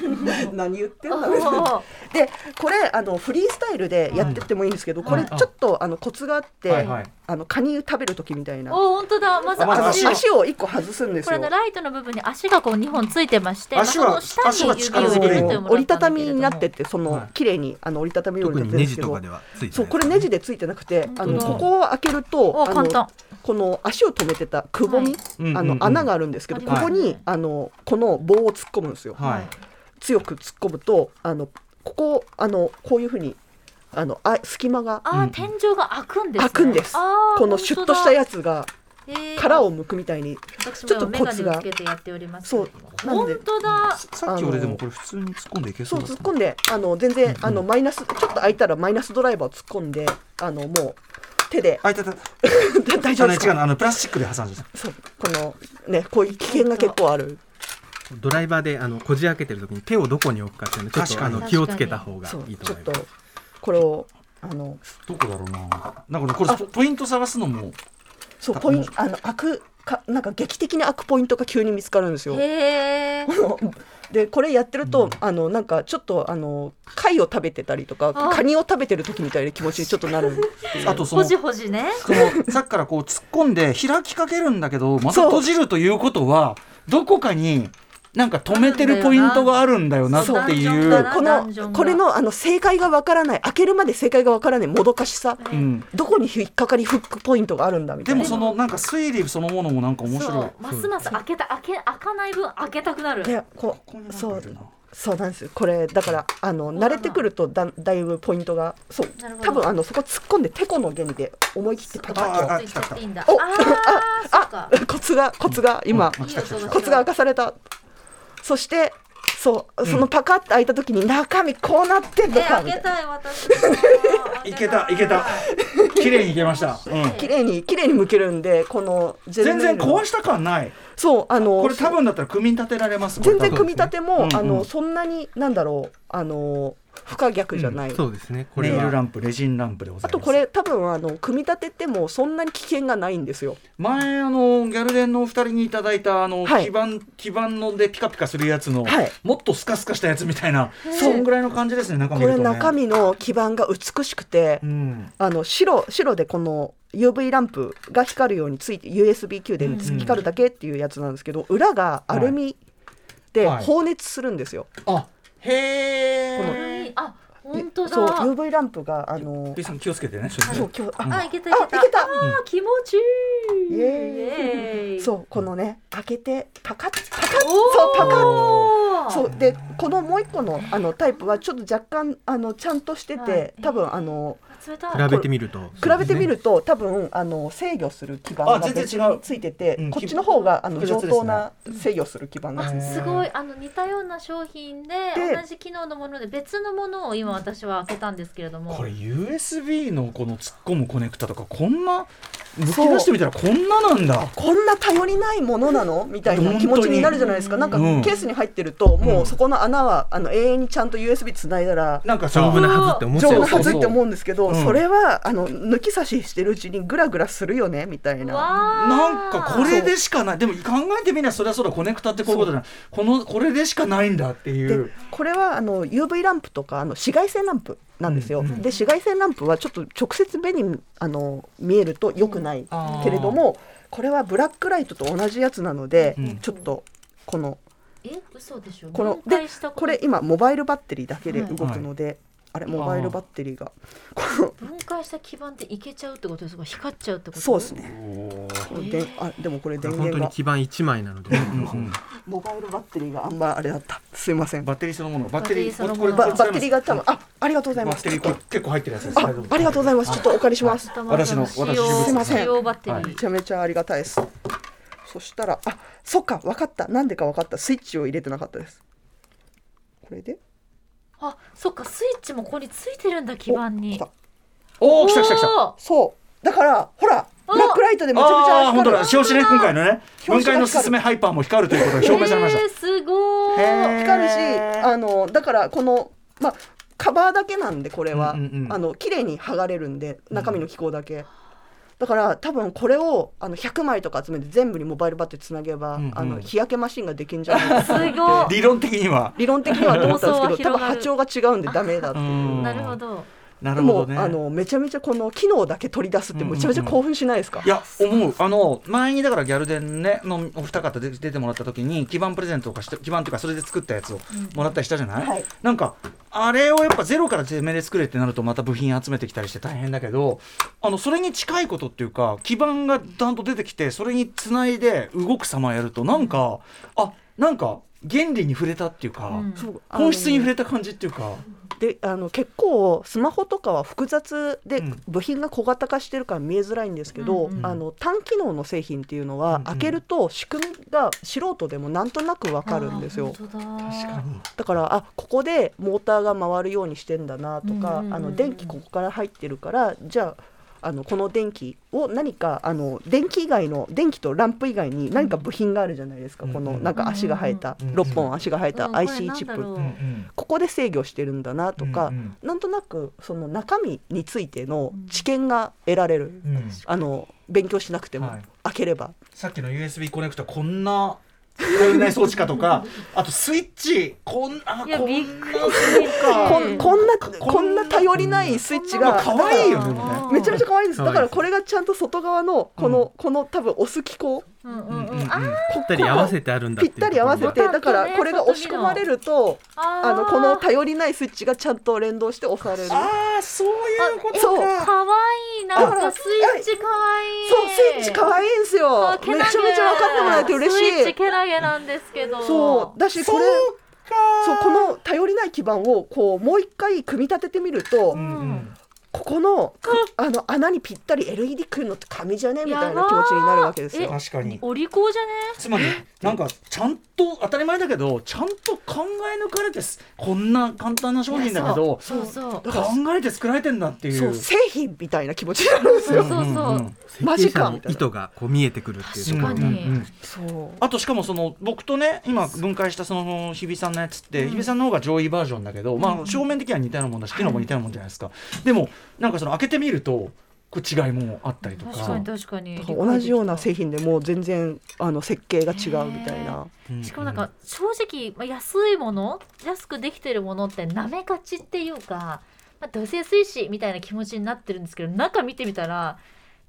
Speaker 5: 何言ってん
Speaker 3: お
Speaker 5: だ ろう
Speaker 3: ー
Speaker 5: でこれあのフリースタイルでやってってもいいんですけど、これちょっとあのコツがあって、
Speaker 2: あはいはい
Speaker 5: あのカニ食べる時みたいな、
Speaker 3: お本当だまず
Speaker 2: あまず
Speaker 5: あの
Speaker 2: 足
Speaker 5: 足
Speaker 2: を
Speaker 5: を一個外すんです
Speaker 3: これあ
Speaker 5: よ
Speaker 3: の。ライトの部分に足がこう2本ついてまして、まあ、
Speaker 2: 足
Speaker 3: そ
Speaker 2: は
Speaker 3: の下に指を入れるというものだったんだけれども
Speaker 5: 折りたたみになっててそ
Speaker 4: は
Speaker 5: の
Speaker 4: い
Speaker 5: 綺麗にあの折りたたみよう
Speaker 4: 特
Speaker 5: になっ
Speaker 4: にネ
Speaker 5: てるんです
Speaker 4: ジ
Speaker 5: け
Speaker 4: とか
Speaker 5: ど
Speaker 4: ではついてない
Speaker 5: そうこれネジでついてなくてあ
Speaker 3: 本当
Speaker 5: の
Speaker 3: だ
Speaker 5: ここを開けると
Speaker 3: お
Speaker 5: あ
Speaker 3: 簡
Speaker 5: の
Speaker 3: 単
Speaker 5: この足を止めてたくぼみ、
Speaker 3: はい
Speaker 2: うん
Speaker 5: あ
Speaker 2: うんう
Speaker 5: の
Speaker 2: ん
Speaker 5: 穴があるんですけど、
Speaker 3: あり
Speaker 5: こ
Speaker 3: ます
Speaker 5: こにあのこの棒を突っ込むんですよ、
Speaker 2: あはい
Speaker 5: 強く突っ込むとあのここをあのこういうふうにあのあ隙間が
Speaker 3: ああ天井が開くんです、ね、
Speaker 5: 開くんです
Speaker 3: あー
Speaker 5: このシュッとしたやつが殻
Speaker 3: を
Speaker 5: を剥くみたいに
Speaker 3: 私も
Speaker 5: ちょっと
Speaker 3: 今メガ
Speaker 5: コツ
Speaker 3: ネ
Speaker 5: が
Speaker 3: をつけてやっております
Speaker 5: そうなん
Speaker 3: 本
Speaker 5: で
Speaker 3: 当だ
Speaker 2: ささっき俺でもこれ普通に突っ込んでいけそ
Speaker 5: そうう
Speaker 2: だった
Speaker 5: 突っ込んであの全然あのマイナスちょっと開いたらマイナスドライバーを突っ込んであのもう手で
Speaker 2: あいたいた
Speaker 5: 大
Speaker 2: じ
Speaker 5: 丈
Speaker 2: ゃな
Speaker 5: 夫で
Speaker 2: い違う
Speaker 5: すか
Speaker 2: のあのプラスチックで挟んでた
Speaker 5: そうこのねこういう危険が結構ある
Speaker 4: ドライバーであのこじ開けてる時に手をどこに置くかっていうのちょっ
Speaker 2: 確
Speaker 4: と
Speaker 2: か
Speaker 4: あ
Speaker 2: に
Speaker 4: の気をつけた方が
Speaker 5: そう
Speaker 4: いい
Speaker 5: ち
Speaker 4: と
Speaker 5: ょっ
Speaker 4: 思い
Speaker 5: と
Speaker 4: ます。
Speaker 5: これをあの
Speaker 2: どこだろうななんかこれポポイント探すのも
Speaker 5: そうポインあの開くかなんか劇的に開くポイントが急に見つかるんですよ
Speaker 3: へえ
Speaker 5: でこれやってると、あのなんかちょっとあの貝を食べてたりとか
Speaker 3: あ
Speaker 5: カニを食べてる時みたいな気持ちにちょっとなる
Speaker 2: あとそ
Speaker 3: ほ
Speaker 2: の
Speaker 3: じほじね
Speaker 2: そのさっきからこう突っ込んで開きかけるんだけどまた
Speaker 5: そう
Speaker 2: 閉じるということはどこかになんか止めてるポイントがあるんだよなって
Speaker 3: そう
Speaker 2: い
Speaker 3: そう
Speaker 2: う
Speaker 3: だ。
Speaker 5: こ
Speaker 3: ダンジョン
Speaker 5: の
Speaker 3: が
Speaker 5: これのあの正解がわからない開けるまで正解がわからないもどかしさ、
Speaker 2: うん、
Speaker 5: どこに引っかかりフックポイントがあるんだみた
Speaker 2: で
Speaker 5: いな
Speaker 2: もそのなんか推理そのものもなんか面白い
Speaker 3: そう。ますます開けた開け開かない分開けたくなる
Speaker 5: でこ
Speaker 2: ここに
Speaker 5: う
Speaker 2: なん
Speaker 5: そ
Speaker 2: かいうるな
Speaker 5: そうなんですよこれだからあの慣れてくるとだだいぶポイントがそう
Speaker 3: なるほど
Speaker 5: 多分あのそこ突っ込んでてこの原理で思い切ってパキッ
Speaker 2: あ
Speaker 5: と
Speaker 2: あ
Speaker 3: ついちゃっていいんだあ
Speaker 5: お
Speaker 3: あーそっ
Speaker 5: あ
Speaker 3: か
Speaker 5: コツがコツが今、
Speaker 3: いい音が
Speaker 5: コツが明かされたそしてそうそのパカッと開いた時に中身こうなってんの
Speaker 3: え
Speaker 5: か
Speaker 3: 開
Speaker 5: みた
Speaker 3: け
Speaker 5: いな
Speaker 3: たい私
Speaker 2: いけたいけた綺麗にいけました、うん、
Speaker 5: 綺麗に綺麗に剥けるんでこのジェル
Speaker 2: 全
Speaker 5: ネイ
Speaker 2: 然
Speaker 5: ルの
Speaker 2: 壊した感ない
Speaker 5: そうあの
Speaker 2: これ多分だったら組み立てられます
Speaker 5: 全然
Speaker 2: これ多分
Speaker 5: 組み立ても、
Speaker 2: うんうん
Speaker 5: あのそんなになんだろうあの不可逆じゃない、
Speaker 4: そうですね。これ
Speaker 2: ネイルラ
Speaker 4: は
Speaker 2: ンプレジンランプでござ
Speaker 5: あ
Speaker 2: います
Speaker 5: とこれ多分あの組み立ててもそんなに危険がないんですよ
Speaker 2: 前あのギャルデンのお二人にいただいたあの、
Speaker 5: はい
Speaker 2: 基板基板のでピカピカするやつの、
Speaker 5: はい
Speaker 2: もっとスカスカしたやつみたいな
Speaker 3: へー
Speaker 2: そんぐらいの感じですね中
Speaker 5: こ
Speaker 2: 身見る
Speaker 5: れ
Speaker 2: とね
Speaker 5: 中身の基板が美しくて、
Speaker 2: うん
Speaker 5: あの白白でこの UV ランプが光るようについて USB-Q で
Speaker 2: うんうん
Speaker 5: 光るだけっていうやつなんですけど裏がアルミで
Speaker 2: はい
Speaker 5: 放熱するんですよ。
Speaker 2: あへ
Speaker 5: この
Speaker 2: え
Speaker 3: あ本当だ
Speaker 5: そう UV ランプがあの
Speaker 2: B さん気をつけてねそれね
Speaker 5: そう今日あ
Speaker 3: あいけたい
Speaker 5: あ
Speaker 3: け
Speaker 5: い
Speaker 3: た
Speaker 5: けた
Speaker 3: あー気持ちいい
Speaker 5: イエ
Speaker 3: イエーイ
Speaker 5: そうこのね開けてパカッパカッ
Speaker 3: おー
Speaker 5: そうパカッ
Speaker 3: おー
Speaker 5: そうでこのもう一個のあのタイプはちょっと若干あのちゃんとしてて、
Speaker 3: はい
Speaker 5: 多分あの
Speaker 3: 冷たい
Speaker 4: 比べてみると
Speaker 5: 比べてみると、多分あの制御する基盤
Speaker 2: あ
Speaker 5: が
Speaker 2: 全然違う
Speaker 5: 別についてて、
Speaker 2: うん
Speaker 5: こっちの方があの
Speaker 2: 複雑
Speaker 5: 上
Speaker 2: ですね
Speaker 5: 等な制御する基盤がついて
Speaker 2: うん
Speaker 5: て
Speaker 3: すごいあの似たような商品で
Speaker 5: で
Speaker 3: 同じ機能のもので別のものを今私は開けたんですけれども
Speaker 2: これ USB のこの突っ込むコネクタとかこんな抜き出してみたらこんななんだ
Speaker 5: こんな頼りないものなのみたいな気持ちになるじゃないですかなんか
Speaker 2: うん
Speaker 5: ケースに入ってると、もうんうそこの穴はあの永遠にちゃんと USB つないだら
Speaker 2: なんか
Speaker 4: 丈
Speaker 2: さ
Speaker 4: 夫なはずって思っちゃ
Speaker 5: 丈
Speaker 4: う
Speaker 5: 夫
Speaker 2: そ
Speaker 5: な
Speaker 2: うそう
Speaker 5: はずって思うんですけど
Speaker 2: う
Speaker 5: そ
Speaker 2: ん
Speaker 5: れはあの抜き差ししてるうちにグラグラするよねみたいな。
Speaker 3: わー
Speaker 2: なんかこれでしかないでも考えてみればそりゃそうだコネクタってこういうことだなこのこれでしかないんだってい
Speaker 5: で
Speaker 2: う
Speaker 5: これはあの UV ランプとかあの紫外線ランプなんですよ、
Speaker 2: うんうん
Speaker 5: で紫外線ランプはちょっと直接目にあの見えると良くない
Speaker 2: あー
Speaker 5: けれどもこれはブラックライトと同じやつなので、
Speaker 2: うん
Speaker 5: ちょっとこの
Speaker 3: え嘘でしょ
Speaker 5: この
Speaker 3: 分解した
Speaker 5: これ今モバイルバッテリーだけで動
Speaker 2: は
Speaker 5: く
Speaker 2: い
Speaker 5: ので、あれモバイルバッテリーがこの
Speaker 3: 分解した基板っていけちゃうってことですか光っちゃうってこと
Speaker 5: そうですね
Speaker 2: おー
Speaker 5: であでもこれ電
Speaker 4: 本当
Speaker 5: 源
Speaker 4: に
Speaker 5: が
Speaker 4: 基板一枚なので、
Speaker 5: モバイルバッテリーがあんまあれだったすいませんバ
Speaker 2: バッテリーそのものバッテリ
Speaker 3: バッテリーその
Speaker 2: ー
Speaker 3: もの
Speaker 5: バッテリーが多分あありがとうござい
Speaker 2: バ
Speaker 5: ま
Speaker 2: ッ
Speaker 5: す
Speaker 2: テ
Speaker 5: ち
Speaker 2: リ
Speaker 5: ょ
Speaker 2: ー
Speaker 5: っと
Speaker 2: これ結構入ってるやつです
Speaker 5: あありがとうございますちょっとお借りします
Speaker 2: 私の
Speaker 3: 使用
Speaker 2: 私の
Speaker 5: すいません
Speaker 3: 使用バッテリ
Speaker 2: は
Speaker 5: め
Speaker 3: ー。
Speaker 5: ちゃめちゃありがたいですそしたらあそっか分かったなんでか分かったスイッチを入れてなかったですこれで
Speaker 3: あ、そっか、スイッチもここについてるんだ、基板
Speaker 5: お
Speaker 3: に
Speaker 5: 来。た
Speaker 2: おお来た来た来た
Speaker 3: おー
Speaker 5: そうだからほら
Speaker 3: お
Speaker 5: ブラックライトでめちゃめち
Speaker 2: あ
Speaker 5: ゃ
Speaker 2: あー本当
Speaker 5: 光る
Speaker 2: だ表紙ね今回のね分
Speaker 5: 表紙が光る
Speaker 2: 解のすすめハイパーも光るということが表明されました
Speaker 3: えー、すご
Speaker 2: へー
Speaker 3: ーい。
Speaker 5: 光るし
Speaker 2: へー
Speaker 5: あのだからこのまあカバーだけなんでこれは、
Speaker 2: うんうんうん
Speaker 5: あの綺麗に剥がれるんで中身の機構だけ、だから多分これをあの100枚とか集めて全部にモバイルバッテリーつなげば、
Speaker 2: うんうん
Speaker 5: あの日焼けマシンができんじゃないか
Speaker 3: すごい。
Speaker 2: 理論的には
Speaker 5: 理論的にはどうだったんですけ
Speaker 3: 妄想
Speaker 5: ど多分
Speaker 3: は
Speaker 5: 波
Speaker 3: 広
Speaker 5: 長が違うんでダメだっていうう。
Speaker 2: ん
Speaker 3: なるほど。
Speaker 2: な
Speaker 5: で
Speaker 2: るほ
Speaker 5: も、
Speaker 2: どね
Speaker 5: あのめちゃめちゃこの機能だけ取り出すってむちゃめちゃ興奮しないですか、
Speaker 2: いや思うあの前にだからギャルデンねのお二方で出てもらった時に基板プレゼントとかして基板っていうかそれで作ったやつをもらったりしたじゃない、
Speaker 5: はい
Speaker 2: なんかあれをやっぱゼロから自めで作れってなるとまた部品集めてきたりして大変だけどあのそれに近いことっていうか基板がダンと出てきてそれにつないで動く様やるとなんかあなんか原理に触れたっていうか、
Speaker 3: うん
Speaker 5: そうあの
Speaker 2: 本質に触れた感じっていうか、
Speaker 5: であの結構スマホとかは複雑で
Speaker 2: うん
Speaker 5: 部品が小型化してるから見えづらいんですけど、
Speaker 3: うん
Speaker 2: うん
Speaker 5: あの単機能の製品っていうのは、
Speaker 2: うんうん
Speaker 5: 開けると仕組みが素人でもなんとなくわかるんです
Speaker 3: あ
Speaker 5: よ
Speaker 3: ー。本当だ
Speaker 2: に
Speaker 5: だからあここでモーターが回るようにしてんだなと
Speaker 3: う
Speaker 5: か、
Speaker 3: んうんうんうん
Speaker 5: あの電気ここから入ってるからじゃああのこの電気を何かあの電気以外の電気とランプ以外に何か部品があるじゃないですか、
Speaker 2: うん
Speaker 5: こ
Speaker 2: うん
Speaker 5: の
Speaker 2: うん
Speaker 5: なんか足が生えた、
Speaker 2: うんうん
Speaker 5: 6本足が生えた IC チップ、
Speaker 3: うんこれなんだろう
Speaker 5: ここで制御してるんだなとか、
Speaker 2: うんうん
Speaker 5: なんとなくその中身についての知見が得られる、
Speaker 2: うん
Speaker 5: あの勉強しなくても、
Speaker 2: はい
Speaker 5: 開ければ
Speaker 2: さっきの USB コネクタこんな使えない装置かとかあとスイッチこんあ
Speaker 3: いや
Speaker 2: こん
Speaker 3: びっくり
Speaker 2: うん
Speaker 5: こんこんなこんな頼りな
Speaker 2: こん
Speaker 5: いスイッチ
Speaker 2: な
Speaker 5: が
Speaker 2: の可愛いよね
Speaker 3: うん
Speaker 2: みたいな
Speaker 5: めちゃめちゃ可愛いです。
Speaker 4: 可愛
Speaker 5: だ
Speaker 4: い
Speaker 5: からこれがちゃんと外側のこの、この多分押す機構
Speaker 3: うんう
Speaker 2: うん
Speaker 3: ん
Speaker 2: う
Speaker 3: うん
Speaker 2: うん
Speaker 3: ん。あー
Speaker 4: ぴったり合わせてあるんだっ
Speaker 5: ぴ
Speaker 4: てい
Speaker 5: っ
Speaker 4: う
Speaker 5: たり合わせ
Speaker 4: とこ
Speaker 5: て
Speaker 3: うん
Speaker 5: だから
Speaker 3: ちゃんとね
Speaker 5: これが押し込まれると
Speaker 3: あー
Speaker 5: あのこの頼りないスイッチがちゃんと連動して押される。
Speaker 2: ああそういうことか
Speaker 5: そう
Speaker 3: かわいいなんかスイッチかわいい
Speaker 5: そうスイッチ可愛いんですよ。め
Speaker 3: あ
Speaker 5: ち
Speaker 3: け
Speaker 5: ゃ
Speaker 3: な
Speaker 5: め
Speaker 3: げ
Speaker 5: ちゃ分かってもらえ
Speaker 3: ス
Speaker 5: て
Speaker 3: イッ
Speaker 5: 嬉し
Speaker 3: チ
Speaker 5: い。
Speaker 3: けなげなんですけど
Speaker 5: そうだしこれ
Speaker 2: そうか
Speaker 5: そうこの頼りない基板をこうもう一回組み立ててみると、
Speaker 2: うんうん
Speaker 5: ここのあの穴にぴったり LED くんのって紙じゃねみたいな気持ちになるわけです
Speaker 3: やば
Speaker 5: よ。
Speaker 2: 確かに
Speaker 3: お利口じゃね
Speaker 2: つまりなんかちゃんと当たり前だけどちゃんと考え抜かれてすこんな簡単な商品だけど
Speaker 3: そうそう
Speaker 5: だから
Speaker 2: 考えて作られてんだっていう
Speaker 5: そう製品みたいな気持ちになるんですよ。
Speaker 3: そうそう
Speaker 5: マジか
Speaker 4: 設計者の意図がこう見えてくるっていうところ
Speaker 3: 確かに
Speaker 5: そう
Speaker 2: あとしかもその僕とね今分解したその日比さんのやつって、日比さんの方が上位バージョンだけど、まあ正面的には似たようなもんだし、機能も似たようなもんじゃないですかでもなんかその開けてみるとこう違いもあったりとか
Speaker 3: 確かに確かに
Speaker 5: 同じような製品でもう全然あの設計が違うみたいな。
Speaker 2: うん
Speaker 3: しかもなんか正直まあ安いもの安くできてるものってなめがちっていうか、まあ、土星水死みたいな気持ちになってるんですけど中見てみたら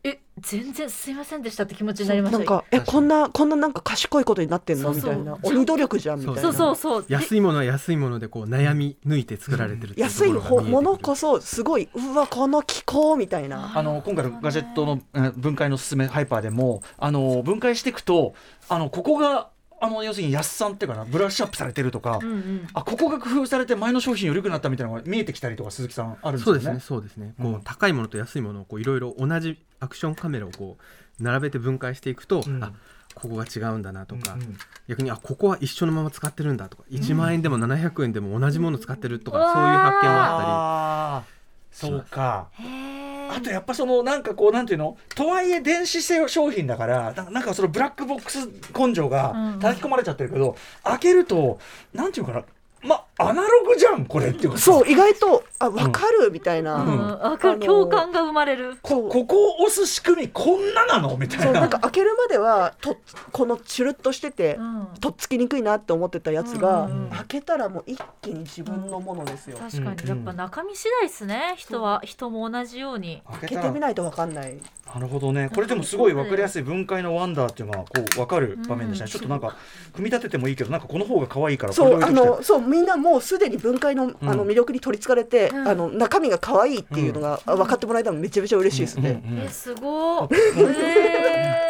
Speaker 3: え全然すいませんでしたって気持ちになりました
Speaker 5: なんかえ
Speaker 4: 確かに
Speaker 5: こんなこんななんか賢いことになってんの
Speaker 3: そう
Speaker 5: み
Speaker 3: そ
Speaker 5: た
Speaker 3: う
Speaker 5: いな鬼努力じゃんみたいな。
Speaker 3: そうそうそうで
Speaker 4: 安いものは安いものでこう悩み抜いて作られてるっていうと
Speaker 5: 安
Speaker 4: こ
Speaker 5: い
Speaker 4: ろが
Speaker 5: 方
Speaker 4: 見えてくる
Speaker 5: ものこそすごいうわこの気候みたいな。
Speaker 2: あの今回のガジェットのえー分解のすすめハイパーでもあの分解していくとあのここがあの要するに安さんっていうかなブラッシュアップされてるとか、
Speaker 3: うんうん
Speaker 2: あここが工夫されて前の商品より良くなったみたいなのが見えてきたりとか鈴木さんあるんです
Speaker 4: そ
Speaker 2: よ
Speaker 4: う
Speaker 2: ね。
Speaker 4: ですねそうですね、
Speaker 2: うん
Speaker 4: こう高いものと安いものをこういろいろ同じアクションカメラをこう並べて分解していくと、
Speaker 2: うん
Speaker 4: あここが違うんだなとか、
Speaker 2: うんうん
Speaker 4: 逆にあここは一緒のまま使ってるんだとか1万円でも700円でも同じもの使ってるとか、
Speaker 3: うわー
Speaker 4: そういう発見もあっ
Speaker 2: あーそうか。
Speaker 3: へー
Speaker 2: あとやっぱそのなんかこうなんていうのとはいえ電子製商品だからななんかそのブラックボックス根性
Speaker 3: うんう
Speaker 2: が
Speaker 3: ん
Speaker 2: 叩き込まれちゃってるけど、開けるとなんていうかなまアナログじゃんこれっていうかさ
Speaker 5: そう意外とあわかるみたいな。
Speaker 3: うんん、わか
Speaker 5: あ
Speaker 3: る
Speaker 5: の
Speaker 3: 共感が生まれる
Speaker 5: そ
Speaker 2: こ
Speaker 5: う
Speaker 2: ここを押す仕組みこんななのみた
Speaker 5: そ
Speaker 2: いうな
Speaker 5: なんか開けるまではとこのチュルっとしてて、
Speaker 3: うん
Speaker 5: とっつきにくいなって思ってたやつが、
Speaker 3: うんうんうん
Speaker 5: 開けたらもう一気に自分のものですよ。
Speaker 3: 確か
Speaker 2: うん
Speaker 3: にやっぱ中身次第ですね人は人も同じように
Speaker 2: 開
Speaker 5: 開けてみないとわかんない。
Speaker 2: なるほどねこれでもすごい分かりやすい分解のワンダーっていうのはこう分かる場面でしたね、
Speaker 3: うん
Speaker 2: ちょっとなんか組み立ててもいいけどなんかこの方が可愛いからこれ
Speaker 5: そ
Speaker 2: で
Speaker 5: うあ
Speaker 2: 置いときたい
Speaker 5: のそうみんなもうすでに分解のあ
Speaker 2: う
Speaker 5: の
Speaker 2: ん
Speaker 5: 魅力に取りつかれて、
Speaker 3: うん
Speaker 5: あの中身が可愛いっていうのがあ分かってもらえたのめちゃめちゃ嬉しいですね。
Speaker 2: うんうん
Speaker 3: えすごい、え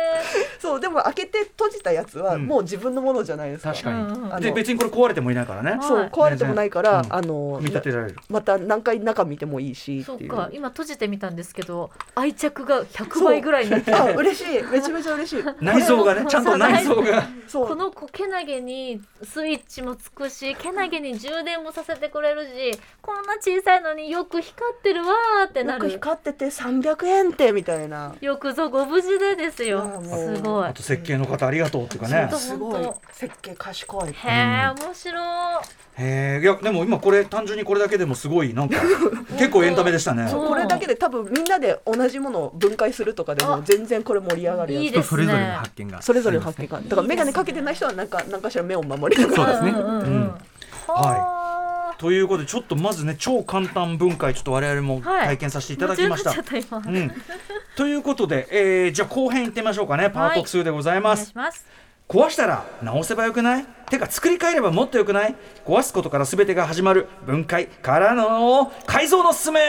Speaker 5: そうでも開けて閉じたやつは
Speaker 2: うん
Speaker 5: もう自分のものじゃないですか。
Speaker 2: 確かに、
Speaker 3: うんうん
Speaker 5: あの
Speaker 2: で別にこれ壊れてもいないからね
Speaker 3: に
Speaker 5: そう
Speaker 3: はい
Speaker 5: 壊れてもないから、
Speaker 2: 全然
Speaker 5: あの
Speaker 2: 組み立てられる
Speaker 5: また何回中見てもいいし
Speaker 3: そ
Speaker 5: っ
Speaker 3: う
Speaker 5: ていう。
Speaker 3: か今閉じてみたんですけど愛着が100倍ぐらいになってる
Speaker 5: あ嬉しいめちゃめちゃ嬉しい。
Speaker 2: 内臓がねちゃんと内臓が
Speaker 5: そう
Speaker 3: この子けなげにスイッチもつくしけなげに充電もさせてくれるしこんな小さいのによく光ってるわーってな
Speaker 5: なんか
Speaker 3: る
Speaker 5: 光ってて300円ってみたいな。
Speaker 3: よくぞご無事でですよ
Speaker 5: あーもう
Speaker 3: すごい
Speaker 2: あと設計の方ありがとうっていうかね
Speaker 3: そう
Speaker 5: すごい
Speaker 3: 本
Speaker 5: 設計賢い。
Speaker 3: へえ面白い
Speaker 2: へえいやでも今これ単純にこれだけでもすごいなんか 結構エンタメでしたね
Speaker 3: そう
Speaker 5: これだけで多分みんなで同じものを分解するとかでも全然これ盛り上がるやつ
Speaker 3: いい
Speaker 4: 人
Speaker 3: ですね
Speaker 4: それぞれの発見が
Speaker 5: それぞれの発見があるだから眼鏡かけてない人はなんか何かしら目を守りなが
Speaker 4: そう
Speaker 5: ら
Speaker 4: ですね
Speaker 3: んんん
Speaker 2: うん
Speaker 3: は
Speaker 2: ということでちょっとまずね超簡単分解ちょっと我々も
Speaker 3: はい
Speaker 2: 体験させて
Speaker 3: ー
Speaker 2: いただきました。
Speaker 3: 夢中になっちゃった今
Speaker 2: うん、ということで、えーじゃあ後編いってみましょうかねパート2でござい
Speaker 3: お
Speaker 2: ま
Speaker 3: 願い
Speaker 2: す
Speaker 3: し。ます
Speaker 2: 壊したら直せばよくないてか作り変えればもっとよくない壊すことから全てが始まる分解からの改造のすすめ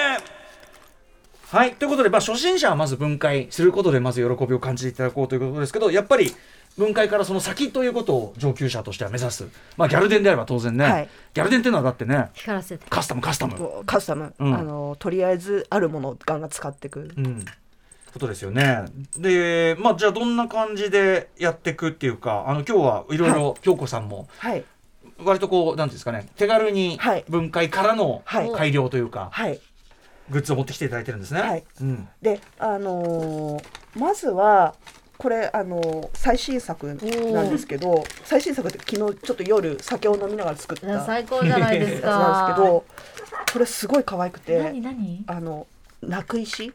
Speaker 2: はいということで、まあ、初心者はまず分解することでまず喜びを感じていただこうということですけどやっぱり分解からその先ということを上級者としては目指す、まあ、ギャルデンであれば当然ね、
Speaker 5: はい
Speaker 2: ギャルデンっていうのはだってね
Speaker 3: 光らせて
Speaker 2: カスタムカスタム、
Speaker 5: もうカスタム、
Speaker 2: うん
Speaker 5: あのとりあえずあるものをガンガン使っていく、
Speaker 2: うん、ことですよねでまあじゃあどんな感じでやっていくっていうかあの今日はいろいろ京子さんも
Speaker 5: はい
Speaker 2: 割とこうなんていうんですかね手軽に
Speaker 5: はい
Speaker 2: 分解からの
Speaker 5: はい
Speaker 2: 改良というか、
Speaker 5: はい
Speaker 2: グッズを持ってきていただいてるんですね。
Speaker 5: はい
Speaker 2: うん、
Speaker 5: であのーまずはこれあのー最新作なんですけど最新作って昨日ちょっと夜酒を飲みながら作ったやつなんで
Speaker 3: 最高じゃないです
Speaker 5: すけ
Speaker 3: か
Speaker 5: どこれすごい可愛く
Speaker 3: 何
Speaker 5: て
Speaker 3: 何
Speaker 5: あの泣く石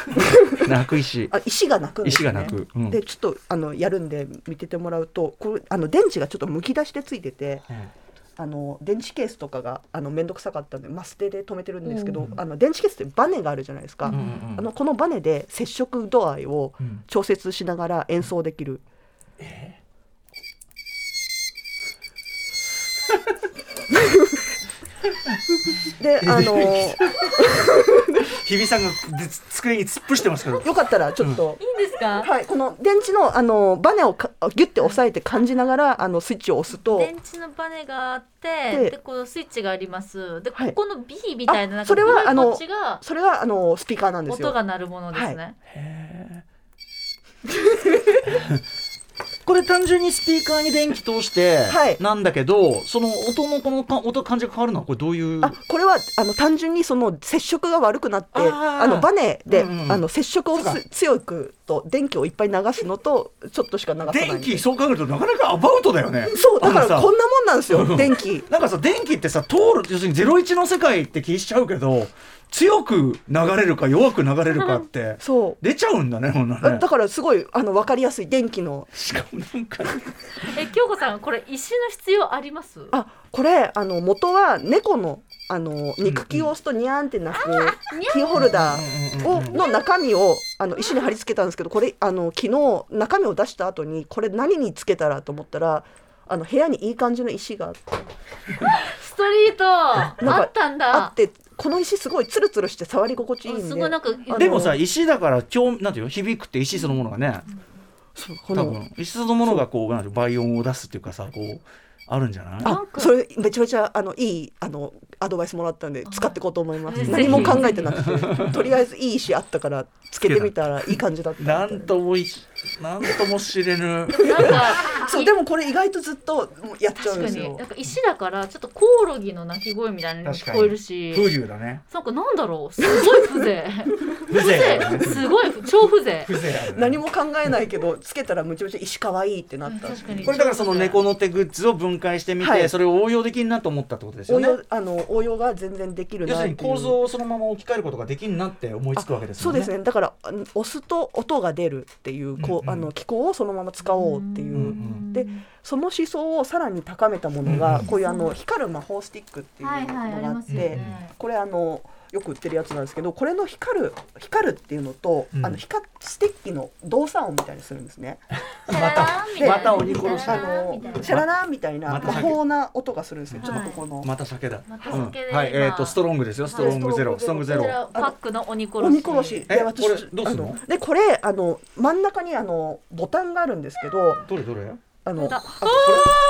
Speaker 2: 泣く石
Speaker 5: あ石が泣くんです、
Speaker 2: 石
Speaker 5: ね、
Speaker 2: が泣く。うん
Speaker 5: でちょっとあのやるんで見ててもらうとこれあの電池がちょっとむき出しでついててあの電池ケースとかがあの面倒くさかったんでマステで止めてるんですけど、
Speaker 2: うん
Speaker 5: あの電池ケースってバネがあるじゃないですか、
Speaker 2: うんうんうん
Speaker 5: あのこのバネで接触度合いを
Speaker 2: うん
Speaker 5: 調節しながら演奏できる。であの
Speaker 2: 日比さんがでつ机に突っ伏してますけど。
Speaker 5: よかったらちょっと、
Speaker 3: いいんですか
Speaker 5: はい、この電池のあのバネをかギュッて押さえて感じながらあのスイッチを押すと
Speaker 3: 電池のバネがあってで
Speaker 5: で
Speaker 3: このスイッチがありますで、
Speaker 5: はい
Speaker 3: ここの B みたいななんか
Speaker 5: あそれは
Speaker 3: 黒い
Speaker 5: あの
Speaker 3: ポッチが
Speaker 5: それがあのスピーカーなんです
Speaker 3: 音
Speaker 5: よ。
Speaker 3: が鳴るものですね、
Speaker 2: これ単純にスピーカーに電気通して
Speaker 5: はい
Speaker 2: なんだけど、その音のこのか音感じが変わるのはこれどういう
Speaker 5: あこれはあの単純にその接触が悪くなって
Speaker 2: あー
Speaker 5: あのバネで、
Speaker 2: うんうん
Speaker 5: あの接触を
Speaker 2: そうか
Speaker 5: す強くと電気をいっぱい流すのとちょっとしか流さない
Speaker 2: 電気そう考えるとなかなかアバウトだよね。
Speaker 5: そうだか
Speaker 2: あの
Speaker 5: ら
Speaker 2: さ
Speaker 5: こんなもんなんですよ電気
Speaker 2: なんかさ電気ってさ通る要するに01の世界って気しちゃうけど強く流れるか弱く流れるかって
Speaker 5: そう
Speaker 2: 出ちゃうんだねほんな
Speaker 5: あ
Speaker 2: らね
Speaker 5: だからすごいあの分かりやすい電気の
Speaker 2: しかもなんか
Speaker 3: え京子さんこれ石の必要あります
Speaker 5: あこれあの元は猫のあの肉球を押すとニャーンって鳴くキーホルダーをの中身をあの石に貼り付けたんですけどこれあの昨日中身を出した後にこれ何につけたらと思ったらあの部屋にいい感じの石があって
Speaker 3: ストリートあ
Speaker 5: なんか
Speaker 3: ったんだ
Speaker 5: あってこの石すごいツルツルして触り心地いいん
Speaker 3: す
Speaker 5: で
Speaker 3: ごいなんか
Speaker 5: あの
Speaker 2: でもさ石だから今日なんていうの響くって石そのものがね
Speaker 5: そう
Speaker 2: 多
Speaker 5: この
Speaker 2: 分石そのものがこうなんていうの倍音を出すっていうかさこうあるんじゃない
Speaker 3: あ
Speaker 5: あそれめちゃめちゃあのいいあのアドバイスもらったんで使っていこうと思います何も考えてなくてとりあえずいい石あったからつけてみたらいい感じだったみたい
Speaker 2: なんともいなんとも知れぬ
Speaker 3: なんか
Speaker 5: そう
Speaker 3: い
Speaker 5: でもこれ意外とずっとやっちゃ
Speaker 3: 確
Speaker 5: うん
Speaker 3: か
Speaker 5: です
Speaker 3: に
Speaker 5: よ
Speaker 3: なんか石だからちょっとコオロギの鳴き声みたいなのに聞こえる
Speaker 2: 風
Speaker 3: し
Speaker 2: 流だね
Speaker 3: なんかなんだろうすごい風
Speaker 2: 風
Speaker 3: 情
Speaker 2: 情ある
Speaker 3: 風
Speaker 2: ね
Speaker 3: 情すごい超風情
Speaker 2: 風情あるね
Speaker 5: 何も考えないけどつけたらむちゃむちゃ石かわいいってなった
Speaker 3: 確かに
Speaker 2: これだからその猫の手グッズを分解してみて、
Speaker 5: はい
Speaker 2: それを応用できんなと思ったってことですよ
Speaker 5: 応
Speaker 2: ね
Speaker 5: 用あの応用が全然できる
Speaker 2: 要
Speaker 5: な
Speaker 2: す
Speaker 5: っ
Speaker 2: る
Speaker 5: てい
Speaker 2: に
Speaker 5: う
Speaker 2: 構造をそのまま置き換えることができんなって思いつくわけです
Speaker 5: そ
Speaker 2: よ
Speaker 5: う
Speaker 2: ね。
Speaker 5: ですねだからあの押すと音が出るっていうこ
Speaker 2: うん
Speaker 5: う、
Speaker 2: うん
Speaker 5: あの機構をそのまま使おうってい
Speaker 2: ん
Speaker 5: う、
Speaker 2: うん
Speaker 5: でその思想をさらに高めたものが、こういうあの光る魔法スティックっていう
Speaker 3: はいはいあり
Speaker 5: のがあ
Speaker 3: ま
Speaker 5: っ
Speaker 3: す
Speaker 5: て、
Speaker 3: よね
Speaker 5: これあのよく売ってるやつなんですけどこれの光る光るっていうのと、
Speaker 2: うん
Speaker 5: あの光ステッキの動作音みたいにするんですね。
Speaker 2: また
Speaker 5: で
Speaker 2: また鬼殺し
Speaker 5: あのシャララーンみたいな
Speaker 2: ま
Speaker 5: 魔
Speaker 2: た酒
Speaker 5: 法な音がするんですよ。ちょっとここの、
Speaker 2: また酒だ。
Speaker 3: また酒で
Speaker 2: うんはい、
Speaker 3: 今
Speaker 2: えっ、とストロングですよ。ストロングゼロ、
Speaker 5: はい
Speaker 2: ストロングゼロ
Speaker 3: こち。らパックの鬼殺し
Speaker 5: 鬼殺し。
Speaker 2: え
Speaker 5: で
Speaker 2: これどうすんの
Speaker 5: あでこれあの真ん中にあのボタンがあるんですけど
Speaker 2: どれどれ？
Speaker 5: あの
Speaker 3: だ
Speaker 5: あこ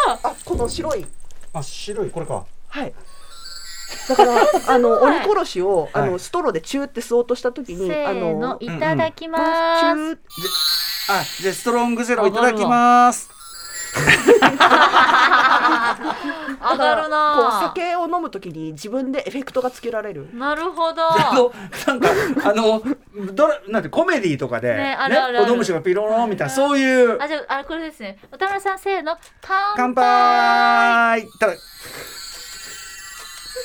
Speaker 5: れあこの白い
Speaker 2: あ、白いこれか。
Speaker 5: はい。だから あの鬼殺しをあ
Speaker 2: は
Speaker 5: の
Speaker 2: い
Speaker 5: ストローでチューって吸おうとした時
Speaker 3: せ
Speaker 5: にあ
Speaker 3: ーの
Speaker 5: の
Speaker 3: いただきま
Speaker 5: チ
Speaker 3: す、
Speaker 5: ュー
Speaker 2: あ、じゃあストロングゼロいただきます。
Speaker 3: 上がる
Speaker 5: こう
Speaker 3: な
Speaker 5: 酒を飲むときに自分でエフェクトがつけられる。
Speaker 3: なるほど
Speaker 2: あのなんかあのどれなんてコメディとかで
Speaker 3: ねあるあるある
Speaker 2: 子供虫がピロロンみたいなそういう
Speaker 3: あじゃああこれですね歌村さんせーの
Speaker 2: 乾
Speaker 3: 乾
Speaker 2: 杯ただ。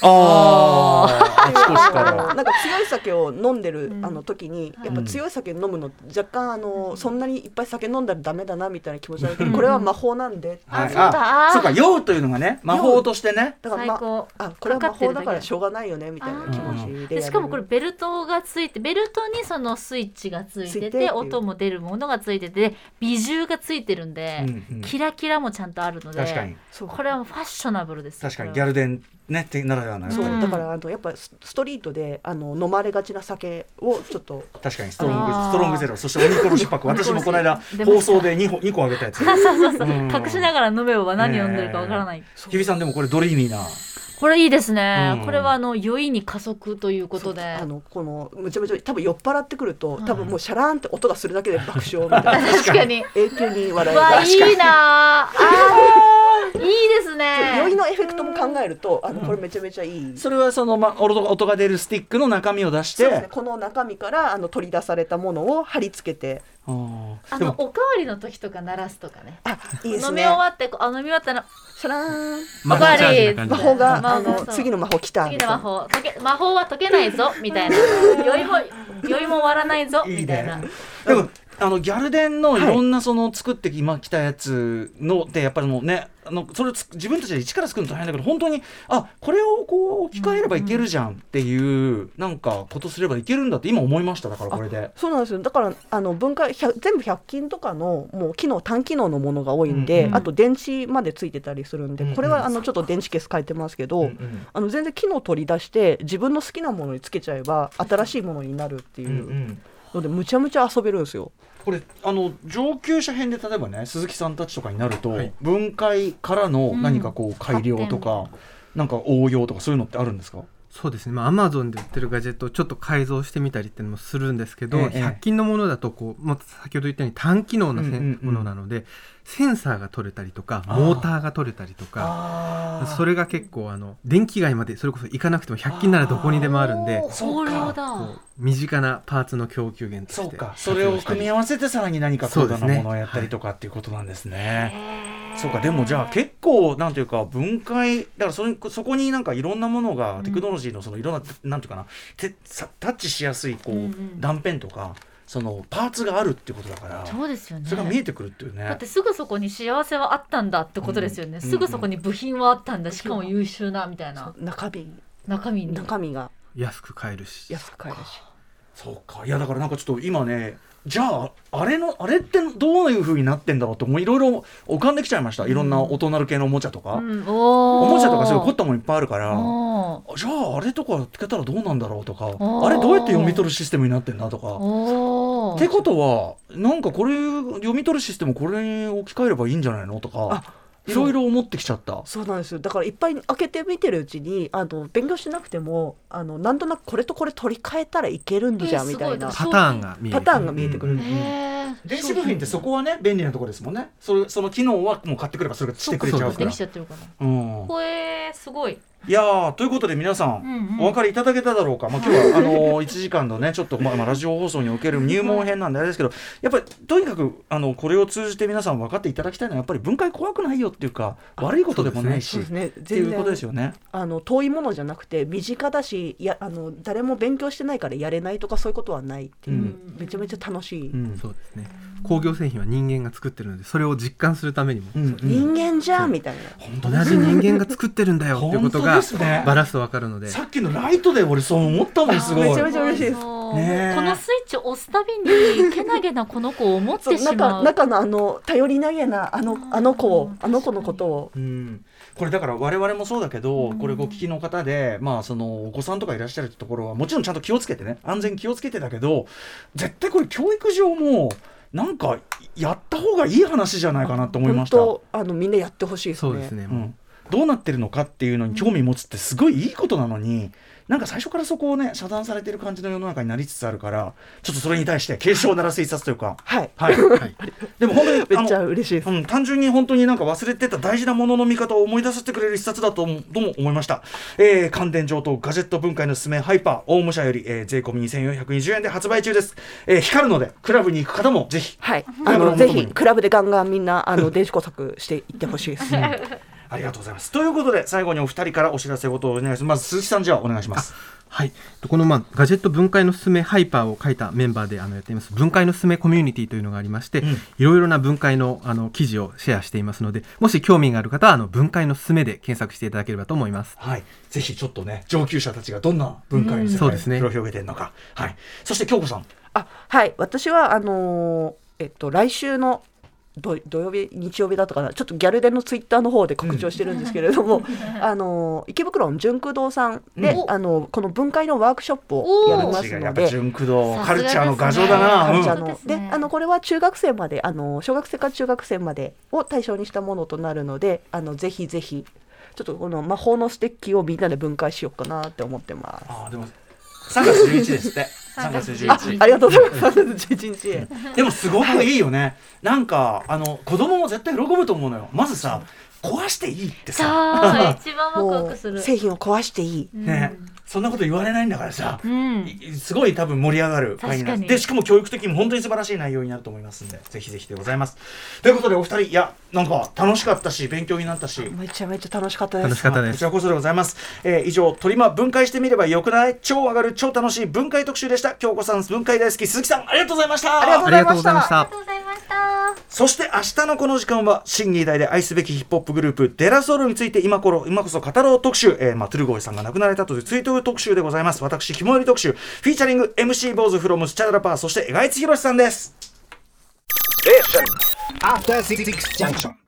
Speaker 2: ああ、あちこちか
Speaker 5: な
Speaker 2: ら。
Speaker 5: んか強い酒を飲んでる
Speaker 3: うん
Speaker 5: あの時に、やっぱ強い酒飲むの若干あのそんなにいっぱい酒飲んだらダメだなみたいな気持ちなんだけど、これは魔法なんで。
Speaker 2: はい
Speaker 3: そうだ
Speaker 2: あそうか、用というのがね、魔法としてね。
Speaker 5: だから
Speaker 3: 最
Speaker 5: まあ
Speaker 3: 高
Speaker 5: あこれは
Speaker 3: か
Speaker 5: 魔法だか
Speaker 3: かってるだけ
Speaker 5: らしょうがないよねみたいな気持ちでやれる
Speaker 3: でしかもこれベルトがついてベルトにそのスイッチがつい
Speaker 5: ついて
Speaker 3: て
Speaker 5: ってい
Speaker 3: て
Speaker 5: う
Speaker 3: 音も出るものがついてて美獣がついてるんで、
Speaker 2: うんうん
Speaker 3: キラキラもちゃんとあるので
Speaker 2: 確かに
Speaker 5: そう
Speaker 3: これはもうファッショナブルですよ
Speaker 2: 確かにギャルデンねってならではのやっ
Speaker 5: そう
Speaker 2: ぱり
Speaker 3: ん
Speaker 5: だからあのやっぱスストリートであの飲まれがちな酒をちょっと
Speaker 2: 確かにストロング
Speaker 3: あー
Speaker 2: ストロングゼロそして鬼殺しパック私もこの間
Speaker 3: 出ま
Speaker 2: 放
Speaker 3: した
Speaker 2: 送で2個二個あげたやつ
Speaker 3: そうそうそう
Speaker 2: うん
Speaker 3: 隠しながら飲めば 何飲んでるかわからない、
Speaker 2: 日比さんでもこれドリーミーな
Speaker 3: これいいですね、
Speaker 2: うん
Speaker 3: これはあの酔いに加速ということで
Speaker 5: あのこのむちゃむちゃ多分酔っ払ってくると
Speaker 3: ん
Speaker 5: 多分もうシャラーンって音がするだけで爆笑みたいな
Speaker 3: 確かに
Speaker 5: 永久に笑
Speaker 3: う
Speaker 5: いが
Speaker 3: わいいなあーいいですね
Speaker 5: 酔いのエフェクトも考えるとあのこれめちゃめちゃいい。
Speaker 2: それはその、ま、音が音が出るスティックの中身を出し
Speaker 5: そうですね
Speaker 2: て、
Speaker 5: この中身からあの取り出されたものを貼り付けて
Speaker 2: あー
Speaker 3: あ
Speaker 2: で
Speaker 3: の
Speaker 2: も
Speaker 3: おかわりの時とか鳴らすとかね
Speaker 5: あいいですね
Speaker 3: 飲み終わってこうあ飲み終わったら
Speaker 5: シャラーン
Speaker 3: 魔法チャージな感じ
Speaker 5: 魔法があ
Speaker 3: 魔
Speaker 5: の
Speaker 3: 法そう
Speaker 5: 次の魔法来た
Speaker 3: 次
Speaker 5: み
Speaker 3: の
Speaker 5: たい
Speaker 3: 魔
Speaker 5: な
Speaker 3: 法解け魔法は解けないぞみたいな酔いも酔いも終わらないぞ
Speaker 2: いいね
Speaker 3: みたいな
Speaker 2: でもあのギャルデンのいろんなその作ってきまきたやつのってやっぱりもうねあのそれをつ自分たちで一から作るの大変だけど本当にあこれをこう置き換えればいけるじゃんっていう、なんかことすればいけるんだって今思いましただからこれで。
Speaker 5: そうなんですよだからあの分解100全部100均とかのもう機能単機能のものが多いんで、
Speaker 2: うんうん
Speaker 5: あと電池までついてたりするんで、
Speaker 2: うん
Speaker 5: これはあのちょっと電池ケース変えてますけど、
Speaker 2: うんうん
Speaker 5: あの全然機能取り出して自分の好きなものにつけちゃえば新しいものになるっていう
Speaker 2: うんう
Speaker 5: うんのでむちゃむちゃ遊べるんですよ。
Speaker 2: これあの上級者編で例えばね鈴木さんたちとかになると、
Speaker 4: はい
Speaker 2: 分解からの何かこう改良とか、なんか応用とかそういうのってあるんですか、
Speaker 4: そうですね、まあ、アマゾンで売ってるガジェットをちょっと改造してみたりっていうのもするんですけど、
Speaker 2: ええ
Speaker 4: 100均のものだとこう、もう先ほど言ったように単機能なせん
Speaker 2: うんうんうん
Speaker 4: ものなのでセンサーが取れたりとか
Speaker 2: あー
Speaker 4: モーターが取れたりとか
Speaker 2: あ
Speaker 4: それが結構あの電気街までそれこそ行かなくても100均ならどこにでもあるんで
Speaker 3: おー
Speaker 2: そうか
Speaker 3: 放浪
Speaker 4: こ
Speaker 3: だ
Speaker 4: う身近なパーツの供給源と
Speaker 2: そ
Speaker 4: し
Speaker 2: う
Speaker 4: て
Speaker 2: かそれを組み合わせてさらに何か
Speaker 4: そ
Speaker 2: 高
Speaker 4: うで
Speaker 2: 度
Speaker 4: す
Speaker 2: な
Speaker 4: ね
Speaker 2: ものをやったりとかっていうことなんですね。そうかでもじゃあ結構なんていうか分解だからそれそこになんかいろんなものがテクノロジーのそのいろんな、なんていうかなてさタッチしやすいこう、
Speaker 3: うんうん
Speaker 2: 断片とかそのパーツがあるっていうことだから
Speaker 3: そうですよね
Speaker 2: それが見えてくるっていうね。
Speaker 3: だってすぐそこに幸せはあったんだってことですよ
Speaker 2: う
Speaker 3: ね、
Speaker 2: ん
Speaker 3: すぐそこに部品はあったんだ、しかも優秀なみたいな
Speaker 5: 中身
Speaker 3: 中身に
Speaker 5: 中身が
Speaker 4: 安く買えるし
Speaker 5: 安く買えるし。
Speaker 2: そうかいやだからなんかちょっと今ねじゃああれのあれってどういう風になってんだろうともういろいろ浮かんできちゃいましたいろんな大人系のおもちゃとか、
Speaker 3: うん、お
Speaker 2: おもちゃとかそういう凝
Speaker 3: こ
Speaker 2: ったものいっぱいあるから
Speaker 3: お
Speaker 2: じゃああれとかつけたらどうなんだろうとか
Speaker 3: おー
Speaker 2: あれどうやって読み取るシステムになってんだとか。
Speaker 3: お
Speaker 2: ってことはなんかこれ読み取るシステムこれに置き換えればいいんじゃないのとかいろいろ思ってきちゃった。
Speaker 5: そうなんですよだからいっぱい開けて見てるうちにあの勉強しなくてもあのなんとなくこれとこれ取り替えたらいけるんじゃん
Speaker 3: えー
Speaker 5: みたいな
Speaker 3: す
Speaker 4: パターンが見えてく
Speaker 5: パ
Speaker 4: る
Speaker 5: ターンが見えてくる。
Speaker 3: へー
Speaker 2: 電子部品ってそこはね便利なところですもんねそれその機能はもう買ってくればそれがしてくれちゃうか
Speaker 3: で
Speaker 2: ら
Speaker 3: き。ちゃってるか
Speaker 2: う
Speaker 3: な
Speaker 2: ん
Speaker 3: これすごい
Speaker 2: いやーということで皆さん、
Speaker 3: うんうん
Speaker 2: お分かりいただけただろうか、まあ、今 日はあのー1時間のねちょっと、まあ、まあラジオ放送における入門編なんであれですけどやっぱりとにかくあのこれを通じて皆さん分かっていただきたいのはやっぱり分解怖くないよっていうか悪いことでもないし、
Speaker 5: そうですね
Speaker 2: ってい
Speaker 5: 全
Speaker 2: うことです
Speaker 5: 然
Speaker 2: よね。
Speaker 5: あの遠いものじゃなくて身近だしいやあの誰も勉強してないからやれないとかそういうことはないっていう、
Speaker 2: うん
Speaker 5: めちゃめちゃ楽しい、
Speaker 2: うん
Speaker 4: そうですね工業製品は人間が作ってるのでそれを実感するためにも、
Speaker 2: うんうん
Speaker 5: 人間じゃんみたいな。
Speaker 4: 同じ人間が作ってるんだよっていうこと
Speaker 2: 本
Speaker 4: が
Speaker 2: 当ですね
Speaker 4: バラすと分かるので
Speaker 2: さっきのライトで俺そう思ったもんすごい。
Speaker 5: めちゃめちゃ嬉しいです
Speaker 3: そう
Speaker 2: ねえ
Speaker 3: このスイッチを押すたびにけなげなこの子を思っ
Speaker 5: そう
Speaker 3: てしま
Speaker 5: 中
Speaker 3: う
Speaker 5: 中のあの頼りなげなあのあの子を
Speaker 3: あー
Speaker 5: あの子のことを
Speaker 2: うん、これだから我々もそうだけど、これご聞きの方で、まあ、そのお子さんとかいらっしゃるところはもちろんちゃんと気をつけてね安全に気をつけてだけど絶対これ教育上もなんかやった方がいい話じゃないかなと思いま
Speaker 5: 本
Speaker 2: した。
Speaker 5: 当あのみんなやってほしいですね。
Speaker 4: そうですね、
Speaker 2: うんどうなってるのかっていうのに興味持つってすごいいいことなのになんか最初からそこをね遮断されてる感じの世の中になりつつあるからちょっとそれに対して警鐘を鳴らす一冊というか、
Speaker 5: はい。
Speaker 2: はい、
Speaker 4: はい、
Speaker 2: でも本当に
Speaker 5: めっち
Speaker 2: あ
Speaker 5: ゃ
Speaker 2: の
Speaker 5: 嬉しいです。
Speaker 2: うん、単純に本当になんか忘れてた大事なものの見方を思い出させてくれる一冊だともとも思いました、えー、関電上等ガジェット分解のすすめハイパー大武者より、えー、税込み2420円で発売中です、えー、光るのでクラブに行く方もぜひ
Speaker 5: はい。
Speaker 2: な
Speaker 5: あ
Speaker 2: るほど
Speaker 5: のぜひクラブでガンガンみんなあの電子工作していってほしいです。
Speaker 2: ありがとうございますということで最後にお二人からお知らせごとをお願いしますまず鈴木さんじゃあお願いします
Speaker 4: はい、この、まあ、ガジェット分解のすすめハイパーを書いたメンバーであのやっています分解のすすめコミュニティというのがありまして、
Speaker 2: うん
Speaker 4: いろいろな分解のあの記事をシェアしていますのでもし興味がある方はあの分解のすすめで検索していただければと思います。
Speaker 2: はい、ぜひちょっとね上級者たちがどんな文化に世
Speaker 4: そう
Speaker 2: 界
Speaker 4: で
Speaker 2: を
Speaker 4: すね
Speaker 2: 広げてるのか、はい、そして京子さん
Speaker 5: あはい私はあのーえっと来週の土土曜日日曜日だったかなちょっとギャルデンのツイッターの方で告知をしてるんですけれども、 あのー池袋の純駆堂さんで、
Speaker 3: うん
Speaker 5: あのーこの分解のワークショップをやりま
Speaker 2: 私
Speaker 5: す
Speaker 2: がや
Speaker 5: の
Speaker 2: っぱ
Speaker 5: で。
Speaker 2: 純駆動
Speaker 3: さす
Speaker 2: カ
Speaker 3: が
Speaker 2: ル
Speaker 3: です
Speaker 2: チ
Speaker 3: ね
Speaker 2: ャーの画像だな、
Speaker 5: カ
Speaker 2: う
Speaker 5: ル
Speaker 2: ん
Speaker 5: チャ
Speaker 3: そう
Speaker 5: ー
Speaker 3: で
Speaker 5: の
Speaker 3: す
Speaker 5: で
Speaker 3: ね
Speaker 5: あのこれは中学生まであの小学生から中学生までを対象にしたものとなるのであのぜひぜひちょっとこの魔法のステッキをみんなで分解しようかなって思ってます。
Speaker 2: あーでも3月11ですって3月
Speaker 5: あ
Speaker 2: 11
Speaker 5: ありがとうございます。11日。
Speaker 2: でもすごくいいよね、なんかあの子供も絶対喜ぶと思うのよまずさ壊していいって
Speaker 3: そう
Speaker 2: さ、
Speaker 3: 一番ワクワ
Speaker 5: も
Speaker 3: クす
Speaker 5: う
Speaker 3: る
Speaker 5: 製品を壊していい。
Speaker 2: ね、そんなこと言われないんだからさ、
Speaker 3: うん
Speaker 2: いすごい多分盛り上がる会になっ
Speaker 3: 確か
Speaker 2: て
Speaker 3: に
Speaker 2: でしかも教育的にも本当に素晴らしい内容になると思いますんでぜひぜひでございますということでお二人いやなんか楽しかったし勉強になったし
Speaker 5: めちゃめちゃ楽しかったで
Speaker 4: 楽し
Speaker 5: す。
Speaker 4: かったで
Speaker 2: こち
Speaker 4: す。
Speaker 2: らこそでございます、えー以上トリマ分解してみればよくない超上がる超楽しい分解特集でした京子さん分解大好き鈴木さんありがとうございました
Speaker 5: ありがとう
Speaker 4: ありがとうございました。
Speaker 3: ありがとうございました
Speaker 2: そして明日のこの時間は、新議題で愛すべきヒップホップグループ、デラソウルについて今頃、今こそ語ろう特集、えー、まあ、トゥルゴイさんが亡くなられたという追悼特集でございます。私、ひもより特集、フィーチャリング MC 坊主 from スチャダラパー、そして、えがいつひろしさんです。
Speaker 6: After Six Junction.